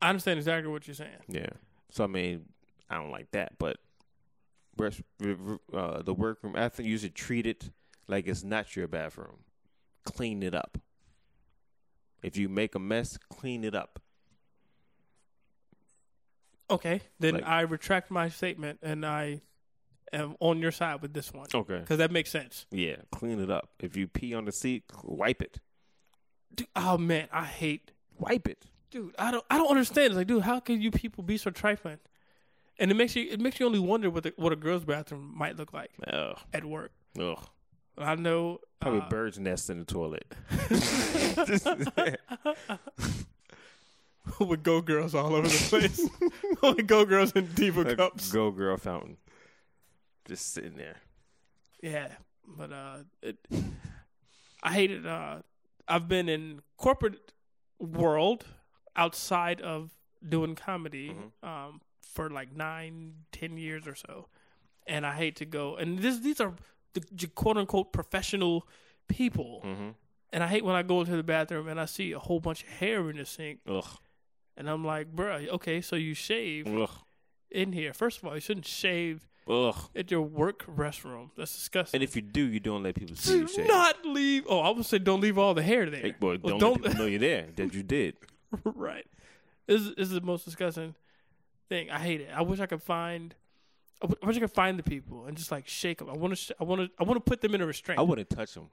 A: I understand exactly what you're saying.
B: yeah. So I mean, I don't like that, but rest, r- r- uh, the workroom, I think you should treat it like it's not your bathroom. Clean it up. If you make a mess, clean it up.
A: Okay, then
B: Like-
A: I retract my statement and I am on your side with this one.
B: Okay.
A: Because that makes sense.
B: Yeah, clean it up. If you pee on the seat, wipe it.
A: Dude, oh man, I hate,
B: Wipe it.
A: dude. I don't, I don't understand. It's like, dude, how can you people be so trifling? And it makes you, it makes you only wonder what the, what a girl's bathroom might look like
B: Ugh.
A: at work.
B: Ugh. Ah.
A: I know.
B: Probably
A: uh,
B: bird's nest in the toilet.
A: with go girls all over the place, with go girls in diva cups.
B: Go girl fountain. Just sitting there.
A: Yeah, but uh, it, I hate it. Uh, I've been in corporate world outside of doing comedy
B: Mm-hmm.
A: um, for like nine, ten years or so, and I hate to go. And this, these are the, j- quote unquote professional people,
B: Mm-hmm.
A: and I hate when I go into the bathroom and I see a whole bunch of hair in the sink,
B: Ugh.
A: and I'm like, bruh, okay, so you shave
B: Ugh.
A: in here. First of all, you shouldn't shave
B: Ugh.
A: at your work restroom. That's disgusting.
B: And if you do, you don't let people see
A: Do
B: you shave.
A: not leave. Oh, I would say don't leave all the hair there.
B: Hey, boy,
A: Well,
B: don't, let people know you're there. That you did.
A: right. This is, this is the most disgusting thing. I hate it. I wish I could find. I w- I wish I could find the people and just like shake them. I want to. Sh- I want to. I want to put them in a restraint.
B: I wouldn't touch them.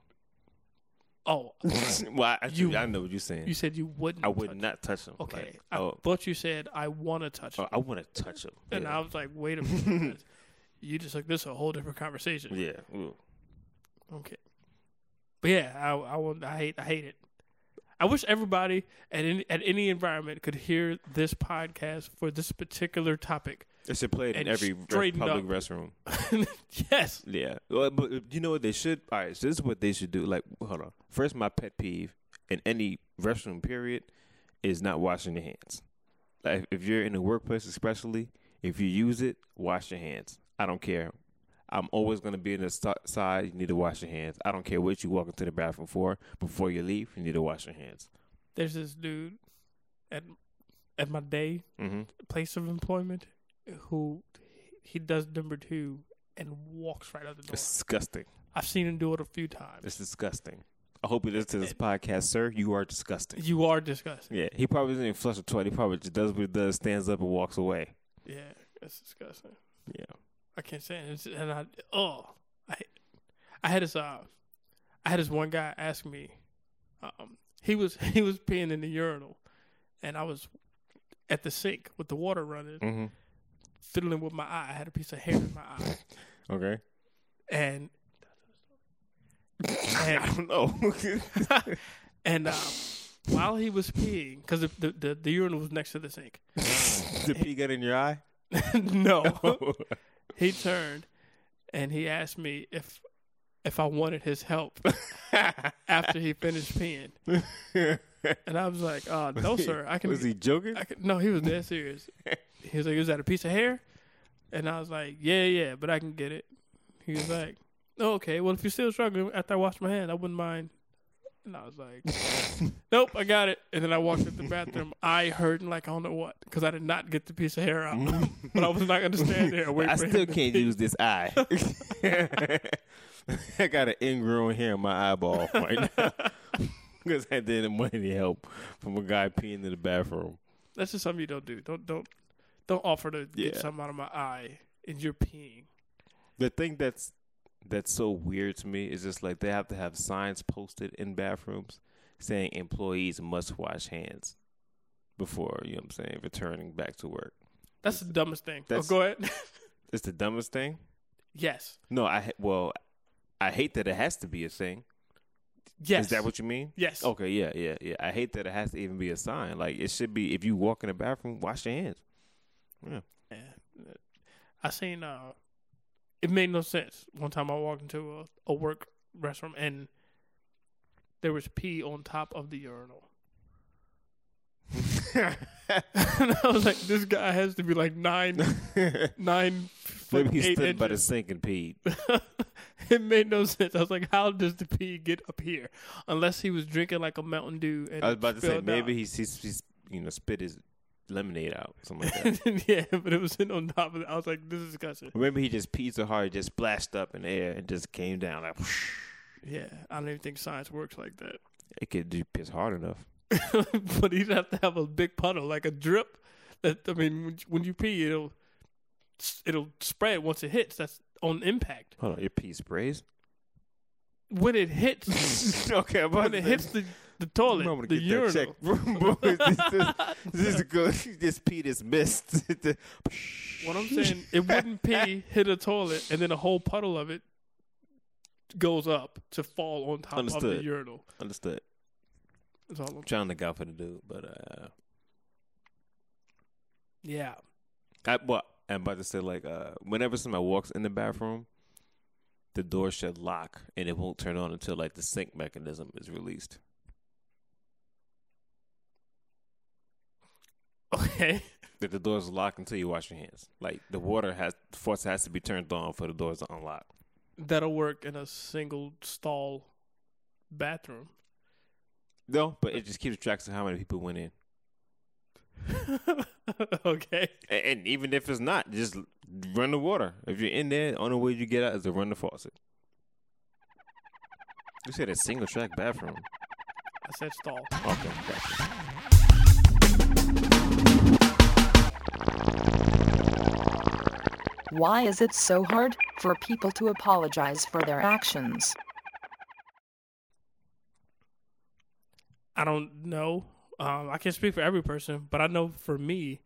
A: oh,
B: well, I, actually,
A: You-
B: I know what you're saying.
A: you said you wouldn't.
B: I would
A: touch-
B: not touch them.
A: Okay,
B: Like,
A: I
B: oh,
A: thought you said I want to touch
B: oh,
A: them,
B: I want to touch them.
A: and I
B: Yeah.
A: was like, wait a minute. you just like this is a whole different conversation.
B: yeah. Ugh.
A: Okay. But yeah, I I won't, I hate I hate it. I wish everybody at any, at any environment could hear this podcast for this particular topic.
B: It should play it in
A: And
B: every re-
A: straighten
B: public
A: up.
B: restroom.
A: yes.
B: Yeah. Well, but uh, you know what they should? All right. So this is what they should do. Like, hold on. First, my pet peeve in any restroom period is not washing your hands. Like, if you're in the workplace, especially if you use it, wash your hands. I don't care. I'm always gonna be in the st- side. You need to wash your hands. I don't care what you walk into the bathroom for. Before you leave, you need to wash your hands.
A: There's this dude at at my day
B: Mm-hmm.
A: place of employment who he does number 2 and walks right out the door.
B: It's disgusting.
A: I've seen him do it a few times.
B: It's disgusting. I hope you listen to this podcast, sir. You are disgusting.
A: You are disgusting.
B: Yeah, he probably doesn't even flush the toilet. He probably just does what he does, stands up and walks away.
A: Yeah. That's disgusting.
B: Yeah.
A: I can't stand it. It's- And I, oh, I, I had this, uh, I had this one guy ask me, um, he was he was peeing in the urinal, and I was at the sink with the water running,
B: Mm-hmm.
A: fiddling with my eye. I had a piece of hair in my eye,
B: Okay.
A: and and
B: I don't know.
A: and um, while he was peeing, because the, the the the urinal was next to the sink.
B: Did pee get in your eye?
A: no, he turned and he asked me if if I wanted his help after he finished peeing, and I was like, uh, "No, sir, I can."
B: Was he joking?
A: I could, no, he was dead serious. He was like, "Is that a piece of hair?" And I was like, "Yeah, yeah, but I can get it." He was like, oh, "Okay, well, if you're still struggling after I wash my hand, I wouldn't mind." And I was like, "Nope, I got it." And then I walked in the bathroom, I hurting like I don't know what, because I did not get the piece of hair out, but I was not going to stand there and wait
B: I
A: for him
B: still
A: to-
B: can't use this eye. I got an ingrown hair in my eyeball right now because I didn't want any help from a guy peeing in the bathroom.
A: That's just something you don't do. Don't don't don't offer to get
B: Yeah.
A: something out of my eye, and you're peeing.
B: The thing that's that's so weird to me is just like they have to have signs posted in bathrooms saying employees must wash hands before you know what I'm saying returning back to work.
A: That's the dumbest thing.
B: That's-
A: oh, go ahead.
B: It's the dumbest thing.
A: yes,
B: No, I ha- well, I hate that it has to be a thing.
A: yes.
B: Is that what Oh. you mean?
A: Yes.
B: Okay. Yeah. Yeah. Yeah. I hate that it has to even be a sign. Like it should be if you walk in the bathroom, wash your hands.
A: Yeah. I seen uh it made no sense. One time I walked into a, a work restroom and there was pee on top of the urinal. and I was like, this guy has to be like nine nine foot
B: Maybe he
A: eight
B: stood by the
A: inches.
B: sink and peed.
A: it made no sense. I was like, how does the pee get up here? Unless he was drinking like a Mountain Dew and
B: I was about to say
A: spilled out.
B: maybe he's, he's, he's you know spit his lemonade out something like that.
A: yeah, but it was in on top of it. I was like, this is disgusting.
B: Or maybe he just peed so hard it just splashed up in the air and just came down like. whoosh.
A: Yeah, I don't even think science works like that.
B: It could do piss hard enough.
A: but he'd have to have a big puddle, like a drip. That I mean, when you- when you pee, it'll it'll spread once it hits. That's on impact.
B: Hold on, your pee sprays.
A: When it hits,
B: okay, I'm
A: when
B: about to
A: it
B: say-
A: hits the the toilet,
B: I'm gonna
A: the
B: get that check.
A: urinal.
B: Bro, this, this, this is good. This pee is missed.
A: What I'm saying, it wouldn't pee hit a toilet, and then a whole puddle of it goes up to fall on top of the
B: Understood.
A: urinal.
B: Understood.
A: That's all I'm-
B: trying to go for the dude, but uh,
A: Yeah,
B: I well, I'm about to say like uh, whenever somebody walks in the bathroom, the door should lock and it won't turn on until like the sync mechanism is released.
A: okay.
B: That the doors lock until you wash your hands. Like the water has the force has to be turned on for the doors to unlock.
A: That'll work in a single stall bathroom.
B: No, but it just keeps track of how many people went in.
A: okay.
B: A- And even if it's not, just run the water. If you're in there, the only way you get out is to run the faucet. You said a single track bathroom.
A: I said stall.
B: Okay, gotcha.
F: Why is it so hard for people to apologize for their actions?
A: I don't know. Um, I can't speak for every person, but I know for me,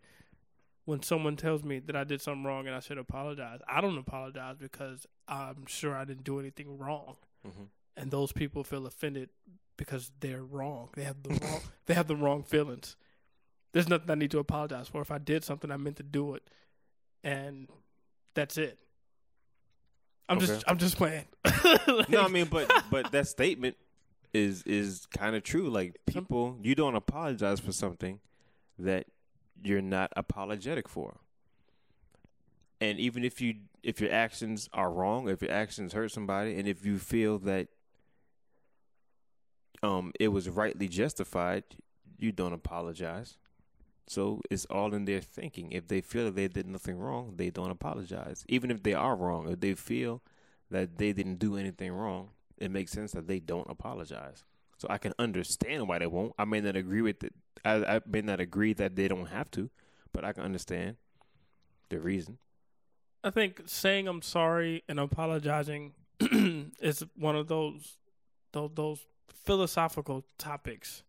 A: when someone tells me that I did something wrong and I should apologize, I don't apologize because I'm sure I didn't do anything wrong,
B: Mhm.
A: and those people feel offended because they're wrong. They have the wrong. They have the wrong feelings. There's nothing I need to apologize for. If I did something, I meant to do it, and that's it. I'm
B: Okay.
A: just. I'm just playing.
B: No, I mean, but but that statement is is kind of true. Like people, you don't apologize for something that you're not apologetic for. And even if you if your actions are wrong, if your actions hurt somebody, and if you feel that um it was rightly justified, you don't apologize. So it's all in their thinking. If they feel that they did nothing wrong, they don't apologize. Even if they are wrong, if they feel that they didn't do anything wrong, it makes sense that they don't apologize. So I can understand why they won't. I may not agree with it. I, I may not agree that they don't have to, but I can understand. The reason.
A: I think saying I'm sorry and apologizing is one of those those those philosophical topics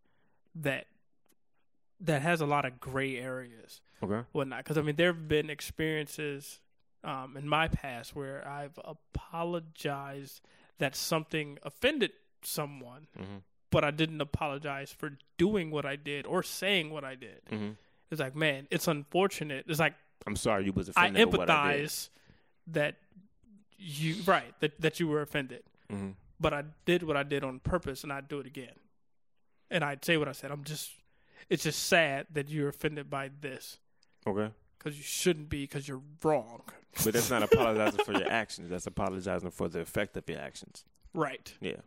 A: that that has a lot of gray areas
B: Okay.
A: whatnot. Because I mean, there have been experiences um, in my past where I've apologized that something offended someone,
B: Mhm.
A: but I didn't apologize for doing what I did or saying what I did.
B: Mhm.
A: It's like, man, it's unfortunate. It's like
B: I'm sorry you was
A: I
B: offended. with what I did.
A: empathize that you right that that you were offended,
B: Mhm.
A: but I did what I did on purpose, and I'd do it again. And I'd say what I said. I'm just, it's just sad that you're offended by this
B: Okay.
A: because you shouldn't be because you're wrong.
B: But that's not apologizing for your actions. That's apologizing for the effect of your actions.
A: Right.
B: Yeah.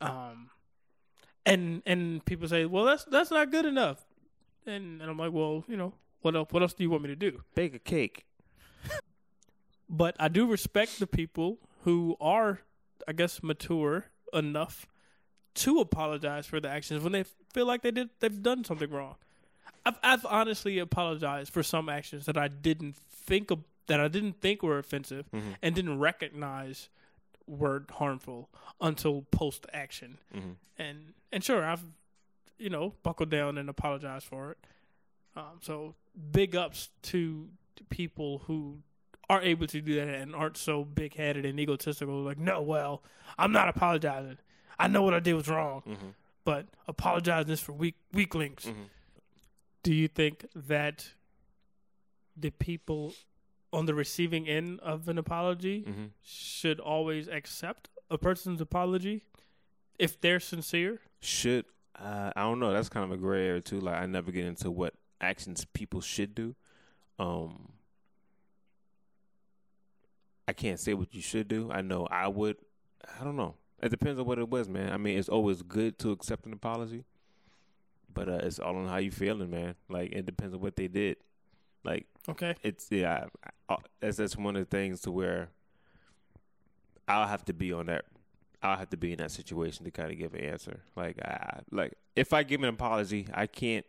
A: Um, and and people say, well, that's that's not good enough. And, and I'm like, well, you know, what else? What else do you want me to do?
B: Bake a cake.
A: but I do respect the people who are, I guess, mature enough to apologize for the actions when they feel like they did they've done something wrong. I've I've honestly apologized for some actions that I didn't think of, that I didn't think were offensive and didn't recognize were harmful until post action. And and sure, I've you know buckled down and apologized for it. Um, so big ups to people who are able to do that and aren't so big headed and egotistical. Like, no, well, I'm not apologizing. I know what I did was wrong, but apologizing is for weak weaklings. Do you think that the people on the receiving end of an apology should always accept a person's apology if they're sincere?
B: Should uh, I don't know. That's kind of a gray area too. Like I never get into what actions people should do. Um, I can't say what you should do. I know I would. I don't know. It depends on what it was, man. I mean, it's always good to accept an apology, but uh, it's all on how you feeling, man. Like it depends on what they did. Like
A: Okay.
B: it's yeah, I, I, that's that's one of the things to where I'll have to be on that. I'll have to be in that situation to kind of give an answer. Like I I- like if I give an apology, I can't.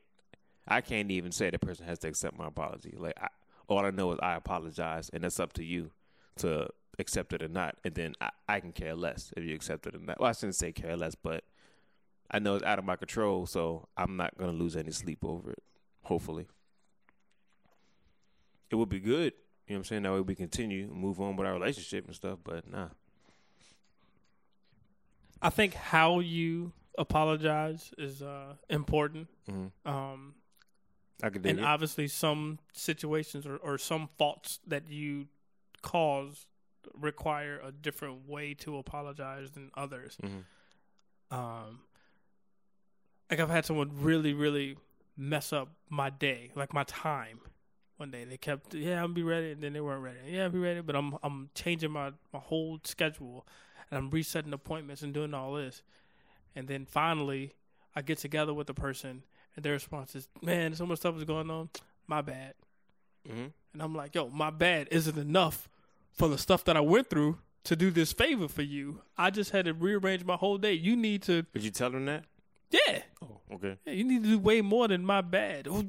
B: I can't even say the person has to accept my apology. Like I, all I know is I apologize, and it's up to you to accept it or not. And then I, I can care less if you accept it or not. Well, I shouldn't say care less, but I know it's out of my control, so I'm not gonna lose any sleep over it. Hopefully it would be good. You know what I'm saying? That way we continue, move on with our relationship and stuff. But nah,
A: I think how you apologize is uh, important.
B: Mhm.
A: Um,
B: I could
A: and
B: dig it.
A: obviously, some situations or, or some faults that you cause require a different way to apologize than others.
B: Mhm.
A: Um, like I've had someone really, really mess up my day, like my time. One day they kept, yeah, I'll be ready, and then they weren't ready. Yeah, I'll be ready, but I'm I'm changing my my whole schedule, and I'm resetting appointments and doing all this, and then finally I get together with the person, and their response is, man, so much stuff is going on. My bad.
B: Mhm.
A: And I'm like, yo, my bad isn't enough for the stuff that I went through to do this favor for you. I just had to rearrange my whole day. You need to,
B: Did you tell them that?
A: yeah,
B: Oh, okay.
A: yeah, you need to do way more than my bad. Oh,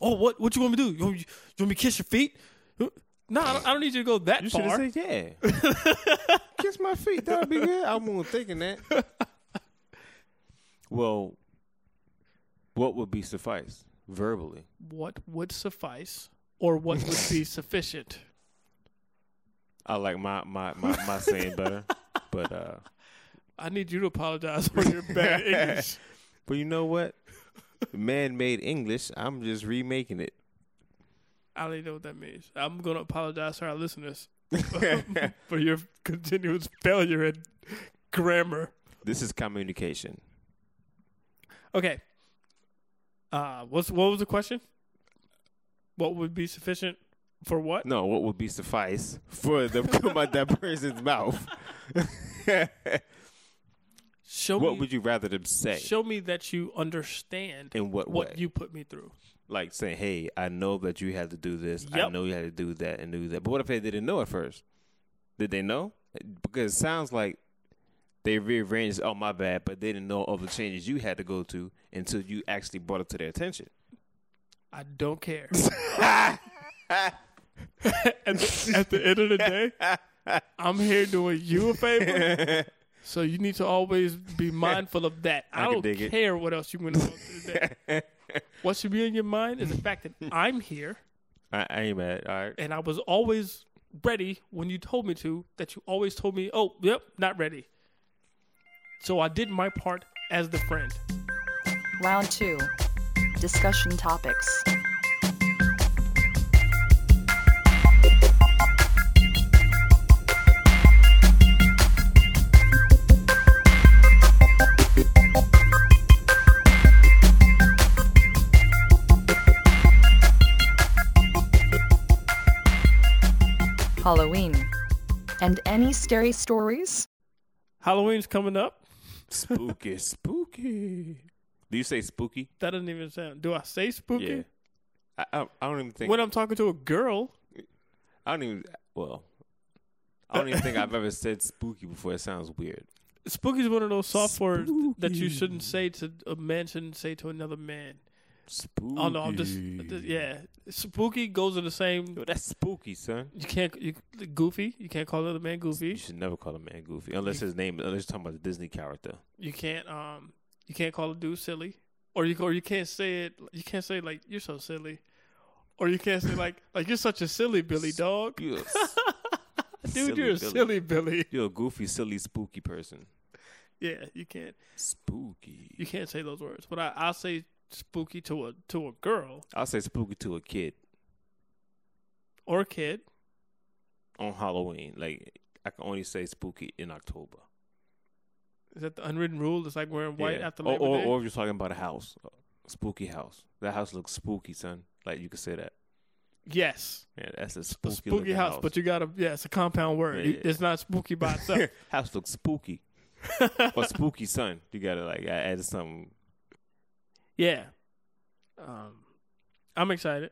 A: oh what what you want me to do? You want me, you want me to kiss your feet? No, I don't, I don't need you to go that
B: You should
A: far.
B: have said yeah. Kiss my feet. That would be good. I wasn't thinking that. well, what would be suffice verbally?
A: what would suffice or what would be sufficient?
B: I like my my my, my saying better, but uh,
A: I need you to apologize for your bad English.
B: but you know what? Man-made English. I'm just remaking it.
A: I don't even know what that means. I'm going to apologize to our listeners for your continuous failure in grammar.
B: This is communication.
A: Okay. Uh, what's what was the question? What would be sufficient for what?
B: No, what would be suffice for them to come out that person's mouth?
A: Show
B: what
A: me,
B: would you rather them say?
A: show me that you understand
B: In what
A: what
B: way?
A: you put me through.
B: like saying, "Hey, I know that you had to do this. I
A: Yep.
B: know you had to do that and do that." But what if they didn't know at first? Did they know? Because it sounds like they rearranged. Oh, my bad. But they didn't know all the changes you had to go to until you actually brought it to their attention.
A: I don't care. at, the, at the end of the day, I'm here doing you a favor. So you need to always be mindful of that. I,
B: can
A: don't
B: dig it.
A: care what else you want to go through today. what should be in your mind is the fact that I'm here
B: I, I ain't mad. All right.
A: and I was always ready when you told me to, that you always told me, oh, yep, not ready. So I did my part as the friend.
F: Round 2. Discussion topics. Halloween. And any scary stories?
A: Halloween's coming up.
B: Spooky, spooky. Do you say spooky?
A: That doesn't even sound. Do I say spooky?
B: Yeah. I, I, I don't even think.
A: When I'm talking to a girl,
B: I don't even. Well, I don't even think I've ever said spooky before. It sounds weird.
A: spooky is one of those soft words that you shouldn't say to a man. Shouldn't say to another man.
B: Spooky.
A: Oh no, I'm just, just- yeah. Spooky goes in the same.
B: Yo, that's spooky, son.
A: You can't. You, goofy. You can't call another man
B: You
A: goofy.
B: should never call a man goofy unless his name. Unless you're talking about the Disney character.
A: You can't. Um. You can't call a dude silly. Or you. Or you can't say it. You can't say like you're so silly. Or you can't say like like you're such a silly Billy dog.
B: You're a,
A: Dude,
B: silly
A: you're a
B: Billy.
A: silly Billy.
B: you're a goofy, silly, spooky person.
A: Yeah, you can't. You
B: Spooky.
A: can't say those words. But I, I'll say spooky to a to a girl
B: I'll say spooky to a kid
A: or a kid.
B: on Halloween. Like I can only say spooky in October.
A: Is that the unwritten rule? It's like wearing white
B: Yeah. Oh,
A: after
B: or,
A: Labor
B: or,
A: Day.
B: or if you're talking about a house, a spooky house. That house looks spooky, son. Like you could say that.
A: yes,
B: Yeah, that's a
A: a
B: spooky,
A: spooky, house, But you gotta yeah, it's a compound word. You-
B: Yeah.
A: It's not spooky by itself.
B: house looks spooky. or spooky, son. You gotta like add something.
A: yeah, um, I'm excited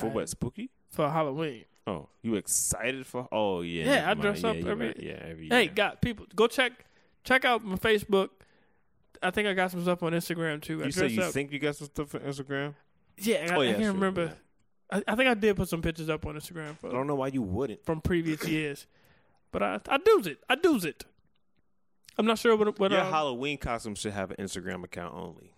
B: For
A: I-
B: what? Spooky?
A: for Halloween.
B: Oh, you excited for? Oh yeah,
A: Yeah,
B: never
A: I
B: mind.
A: dress
B: Yeah,
A: up
B: you're
A: every-
B: right. Yeah, every.
A: Hey,
B: year.
A: got people, go check check out my Facebook. I think I got some stuff on Instagram too. I
B: You said
A: dress
B: you
A: up.
B: think you got some stuff on Instagram?
A: yeah, I,
B: Oh,
A: I
B: yeah,
A: can't
B: sure,
A: remember.
B: yeah.
A: I, I think I did put some pictures up on Instagram
B: I
A: for,
B: don't know why you wouldn't.
A: from previous years, but I I do's it. I do's it. I'm not sure what what
B: Your
A: um,
B: Halloween costume should have an Instagram account only.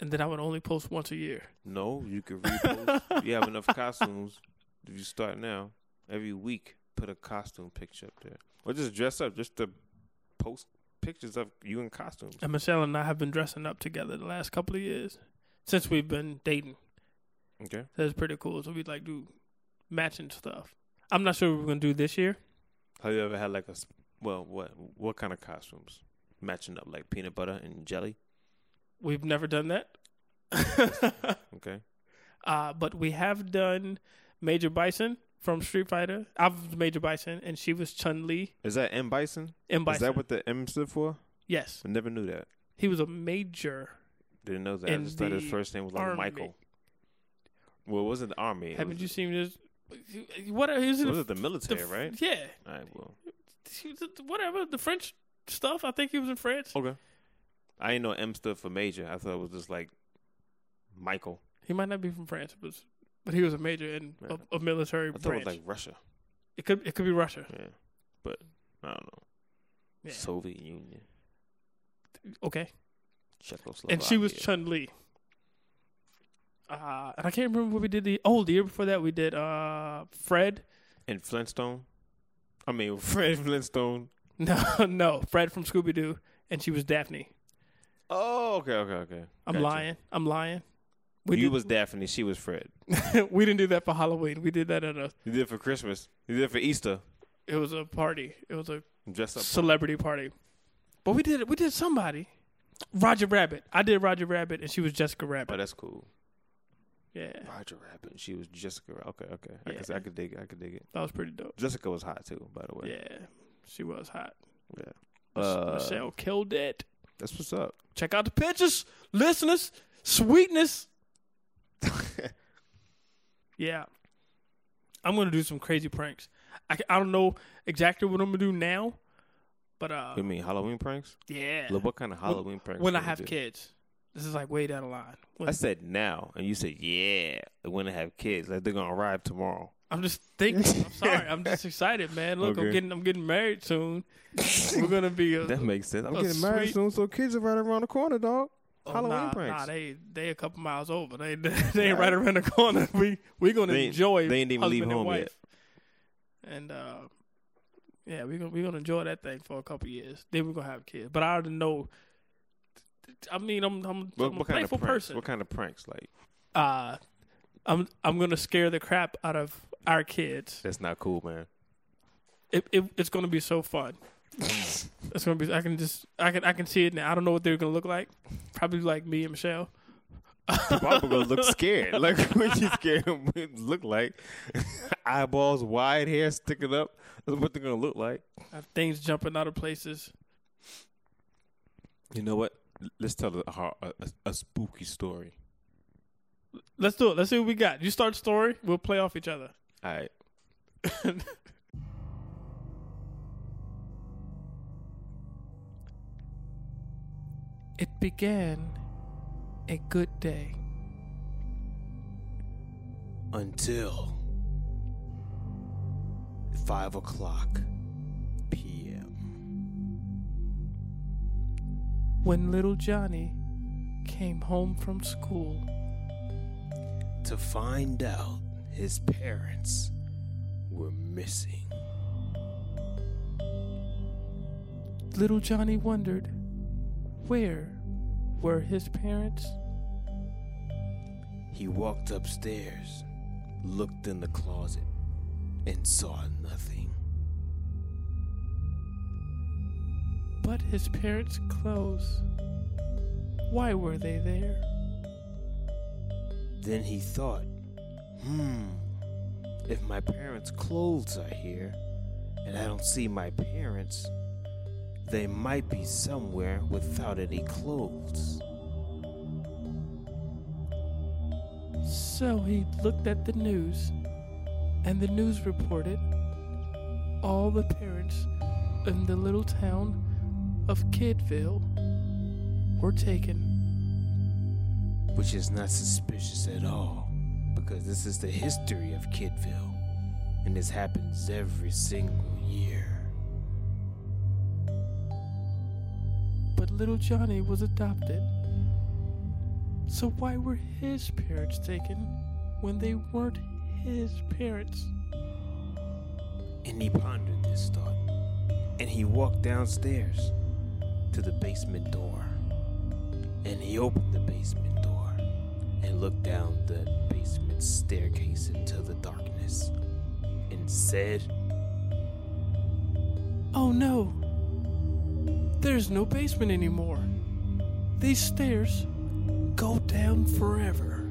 A: and then I would only post once a year.
B: No, you could repost. you have enough costumes. If you start now, every week, put a costume picture up there, or just dress up, just to post pictures of you in costumes.
A: And Michelle and I have been dressing up together the last couple of years since we've been dating.
B: Okay,
A: That's pretty cool. So we like do matching stuff. I'm not sure what we're gonna do this year.
B: have you ever had like a s- well, what what kind of costumes matching up like peanut butter and jelly?
A: We've never done that.
B: Okay,
A: uh, but we have done Major Bison from Street Fighter. I was Major Bison and she was Chun Li
B: is that M Bison?
A: and Bison.
B: Is that what the M stood for?
A: yes.
B: I never knew that.
A: He was a major.
B: Didn't know that. I
A: In
B: just thought his
A: the
B: first name was like
A: army.
B: Michael. Well, it wasn't the army. It
A: Haven't
B: was-
A: you seen this? What are, is
B: it
A: it?
B: was at the
A: the-
B: military, right?
A: Yeah.
B: All right, well,
A: He was- Whatever. The French stuff. I think he was in France.
B: okay. I didn't know M stood for major. I thought it was just like Michael.
A: He might not be from France, but but he was a major in
B: Yeah.
A: a, a military
B: I thought
A: branch.
B: it was like Russia.
A: it could it could be Russia.
B: Yeah, but I don't know.
A: Yeah.
B: Soviet Union,
A: Okay,
B: Czechoslovakia.
A: and she was Chun Li. Uh, and I can't remember what we did the oh the year before that we did uh Fred
B: and Flintstone. I mean Fred Flintstone.
A: no no Fred from Scooby Doo and she was Daphne.
B: Oh, okay, okay, okay.
A: I'm
B: Gotcha.
A: lying. I'm lying. We
B: You
A: did,
B: was Daphne. She was Fred.
A: we didn't do that for Halloween. We did that at a
B: You did it for Christmas. You did it for Easter.
A: it was a party. It was a
B: Dress up.
A: celebrity party. But we did we did somebody. Roger Rabbit. I did Roger Rabbit and she was Jessica
B: Oh,
A: Rabbit.
B: that's cool.
A: Yeah.
B: Roger Rabbit. She was Jessica. Okay, okay. I, could,
A: Yeah.
B: I could dig it. I could dig it.
A: That was pretty dope.
B: Jessica was hot too, by the way.
A: Yeah, she was hot.
B: Yeah. Uh,
A: Michelle killed it.
B: That's what's up.
A: Check out the pictures, listeners. Sweetness. yeah, I'm gonna do some crazy pranks. I, ca- I don't know exactly what I'm gonna do now, but uh,
B: You mean Halloween pranks?
A: yeah,
B: Like, what kind of Halloween pranks?
A: when
B: do
A: I
B: you
A: have
B: do?
A: kids, This is like way down the line.
B: I said now, and you said yeah. When I have kids, like they're gonna arrive tomorrow.
A: I'm just thinking. I'm sorry. I'm just excited, man. Look, I'm
B: Okay.
A: getting I'm getting married soon. We're gonna be a,
B: That makes sense. I'm
A: Oh,
B: getting married
A: sweet.
B: soon, so kids are right around the corner, dog.
A: oh,
B: Halloween
A: nah,
B: pranks.
A: Nah, they they a couple miles over. They they ain't right around the corner. We we gonna
B: They ain't-
A: enjoy.
B: they ain't even leave
A: husband and
B: home yet.
A: wife. And uh, yeah, we gonna we gonna enjoy that thing for a couple years. Then we are gonna have kids. But I already know. I mean, I'm I'm,
B: what,
A: I'm a
B: what kind of
A: playful
B: pranks?
A: person.
B: What kind of pranks? Like
A: uh, I'm I'm gonna scare the crap out of our kids.
B: that's not cool, man.
A: It, it it's gonna be so fun. it's gonna be. I can just I can I can see it now. I don't know what they're gonna look like. Probably like me and Michelle.
B: Papa gonna look scared. Like what you scared him would look like? Eyeballs wide, hair sticking up. That's what they're gonna look like.
A: Have Uh, things jumping out of places.
B: You know what? Let's tell a, a, a- a spooky story.
A: Let's do it. Let's see what we got. You start story. We'll play off each other.
B: All right.
A: It began a good day.
B: until 5 o'clock p.m.
A: when little Johnny came home from school.
B: to find out his parents were missing.
A: Little Johnny wondered where were his parents?
B: He walked upstairs, looked in the closet, and saw nothing.
A: But his parents' clothes. Why were they there?
B: Then he thought, hmm, if my parents' clothes are here and I don't see my parents, they might be somewhere without any clothes.
A: So he looked at the news, and the news reported all the parents in the little town of Kidville were taken.
B: which is not suspicious at all because this is the history of Kidville and this happens every single year.
A: But little Johnny was adopted. So why were his parents taken when they weren't his parents?
B: And he pondered this thought and he walked downstairs to the basement door and he opened the basement door and looked down the basement staircase into the darkness and said,
A: Oh no! There's no basement anymore. These stairs go down forever.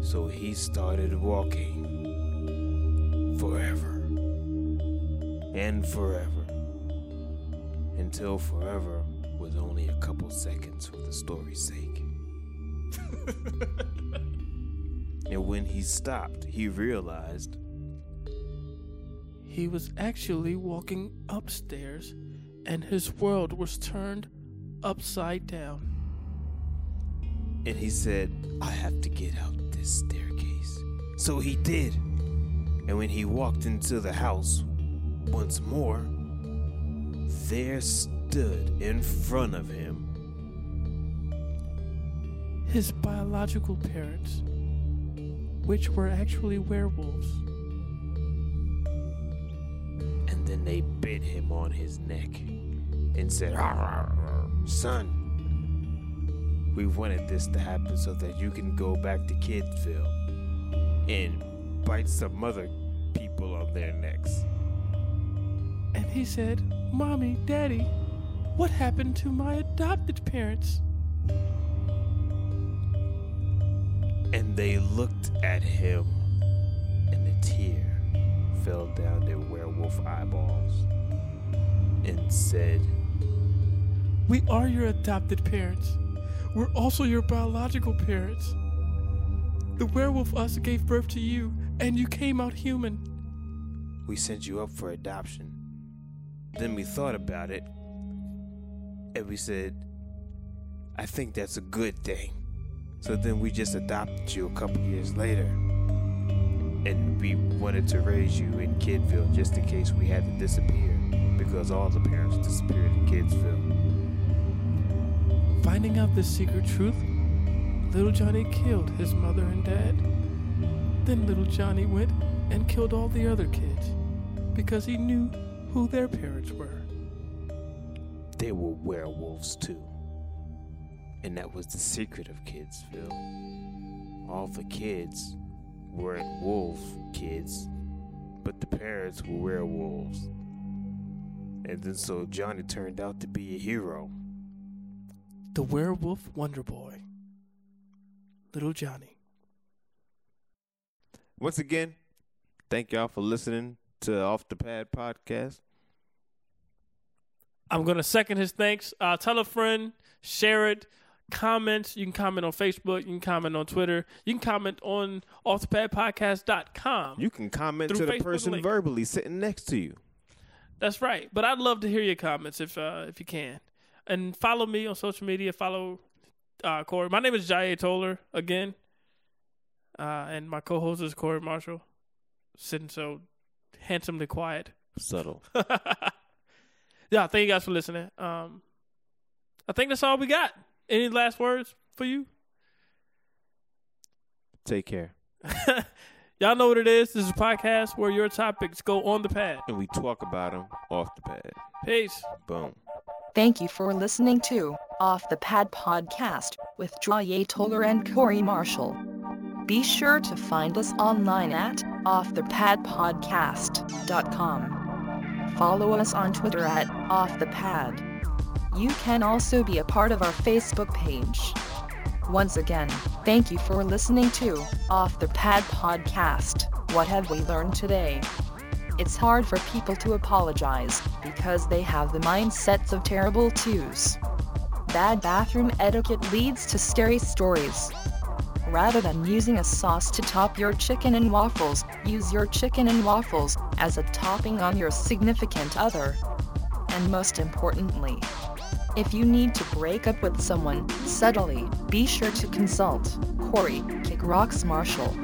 B: So he started walking forever and forever until forever was only a couple seconds for the story's sake. and when he stopped, he realized
A: He was actually walking upstairs, and his world was turned upside down.
B: and he said, I have to get out this staircase. So he did. And when he walked into the house once more, there stood in front of him
A: His biological parents, which were actually werewolves.
B: and then they bit him on his neck and said, "Arr, arr, arr, Son, we wanted this to happen so that you can go back to Kidsville and bite some other people on their necks.
A: And he said, Mommy, Daddy, what happened to my adopted parents?
B: And they looked at him, and a tear fell down their werewolf eyeballs and said,
A: We are your adopted parents. We're also your biological parents. The werewolf us gave birth to you, and you came out human.
B: We sent you up for adoption. Then we thought about it, and we said, I think that's a good thing. So then we just adopted you a couple years later. And we wanted to raise you in Kidville just in case we had to disappear. Because all the parents disappeared in Kidsville.
A: Finding out this secret truth, little Johnny killed his mother and dad. Then little Johnny went and killed all the other kids because he knew who their parents were.
B: They were werewolves too. And that was the secret of Kidsville. All the kids weren't wolf kids, but the parents were werewolves. And then so Johnny turned out to be a hero.
A: The werewolf wonder boy. Little Johnny.
B: Once again, thank y'all for listening to Off the Pad podcast.
A: I'm going to second his thanks. Uh, tell a friend, share it, comments. You can comment on Facebook. You can comment on Twitter. You can comment on offthepadpodcast.com.
B: You can comment
A: Through
B: to the
A: Facebook
B: person
A: link.
B: verbally sitting next to you.
A: That's right. But I'd love to hear your comments if uh, if you can. And follow me on social media. Follow uh, Corey. My name is Jay Toller again, uh, and my co-host is Corey Marshall, sitting so handsomely quiet.
B: Subtle.
A: yeah, thank you guys for listening. Um, I think that's all we got. Any last words for you?
B: Take care.
A: Y'all know what it is. This is a podcast where your topics go on the pad.
B: And we talk about them off the pad.
A: Peace.
B: Boom.
F: Thank you for listening to Off the Pad Podcast with Jaya Toller and Corey Marshall. Be sure to find us online at offthepadpodcast.com. Follow us on Twitter at offthepad. You can also be a part of our Facebook page. Once again, thank you for listening to Off the Pad Podcast. What have we learned today? It's hard for people to apologize because they have the mindsets of terrible twos. Bad bathroom etiquette leads to scary stories. Rather than using a sauce to top your chicken and waffles, use your chicken and waffles as a topping on your significant other. And most importantly, if you need to break up with someone, subtly, be sure to consult Corey Kick Rocks Marshall.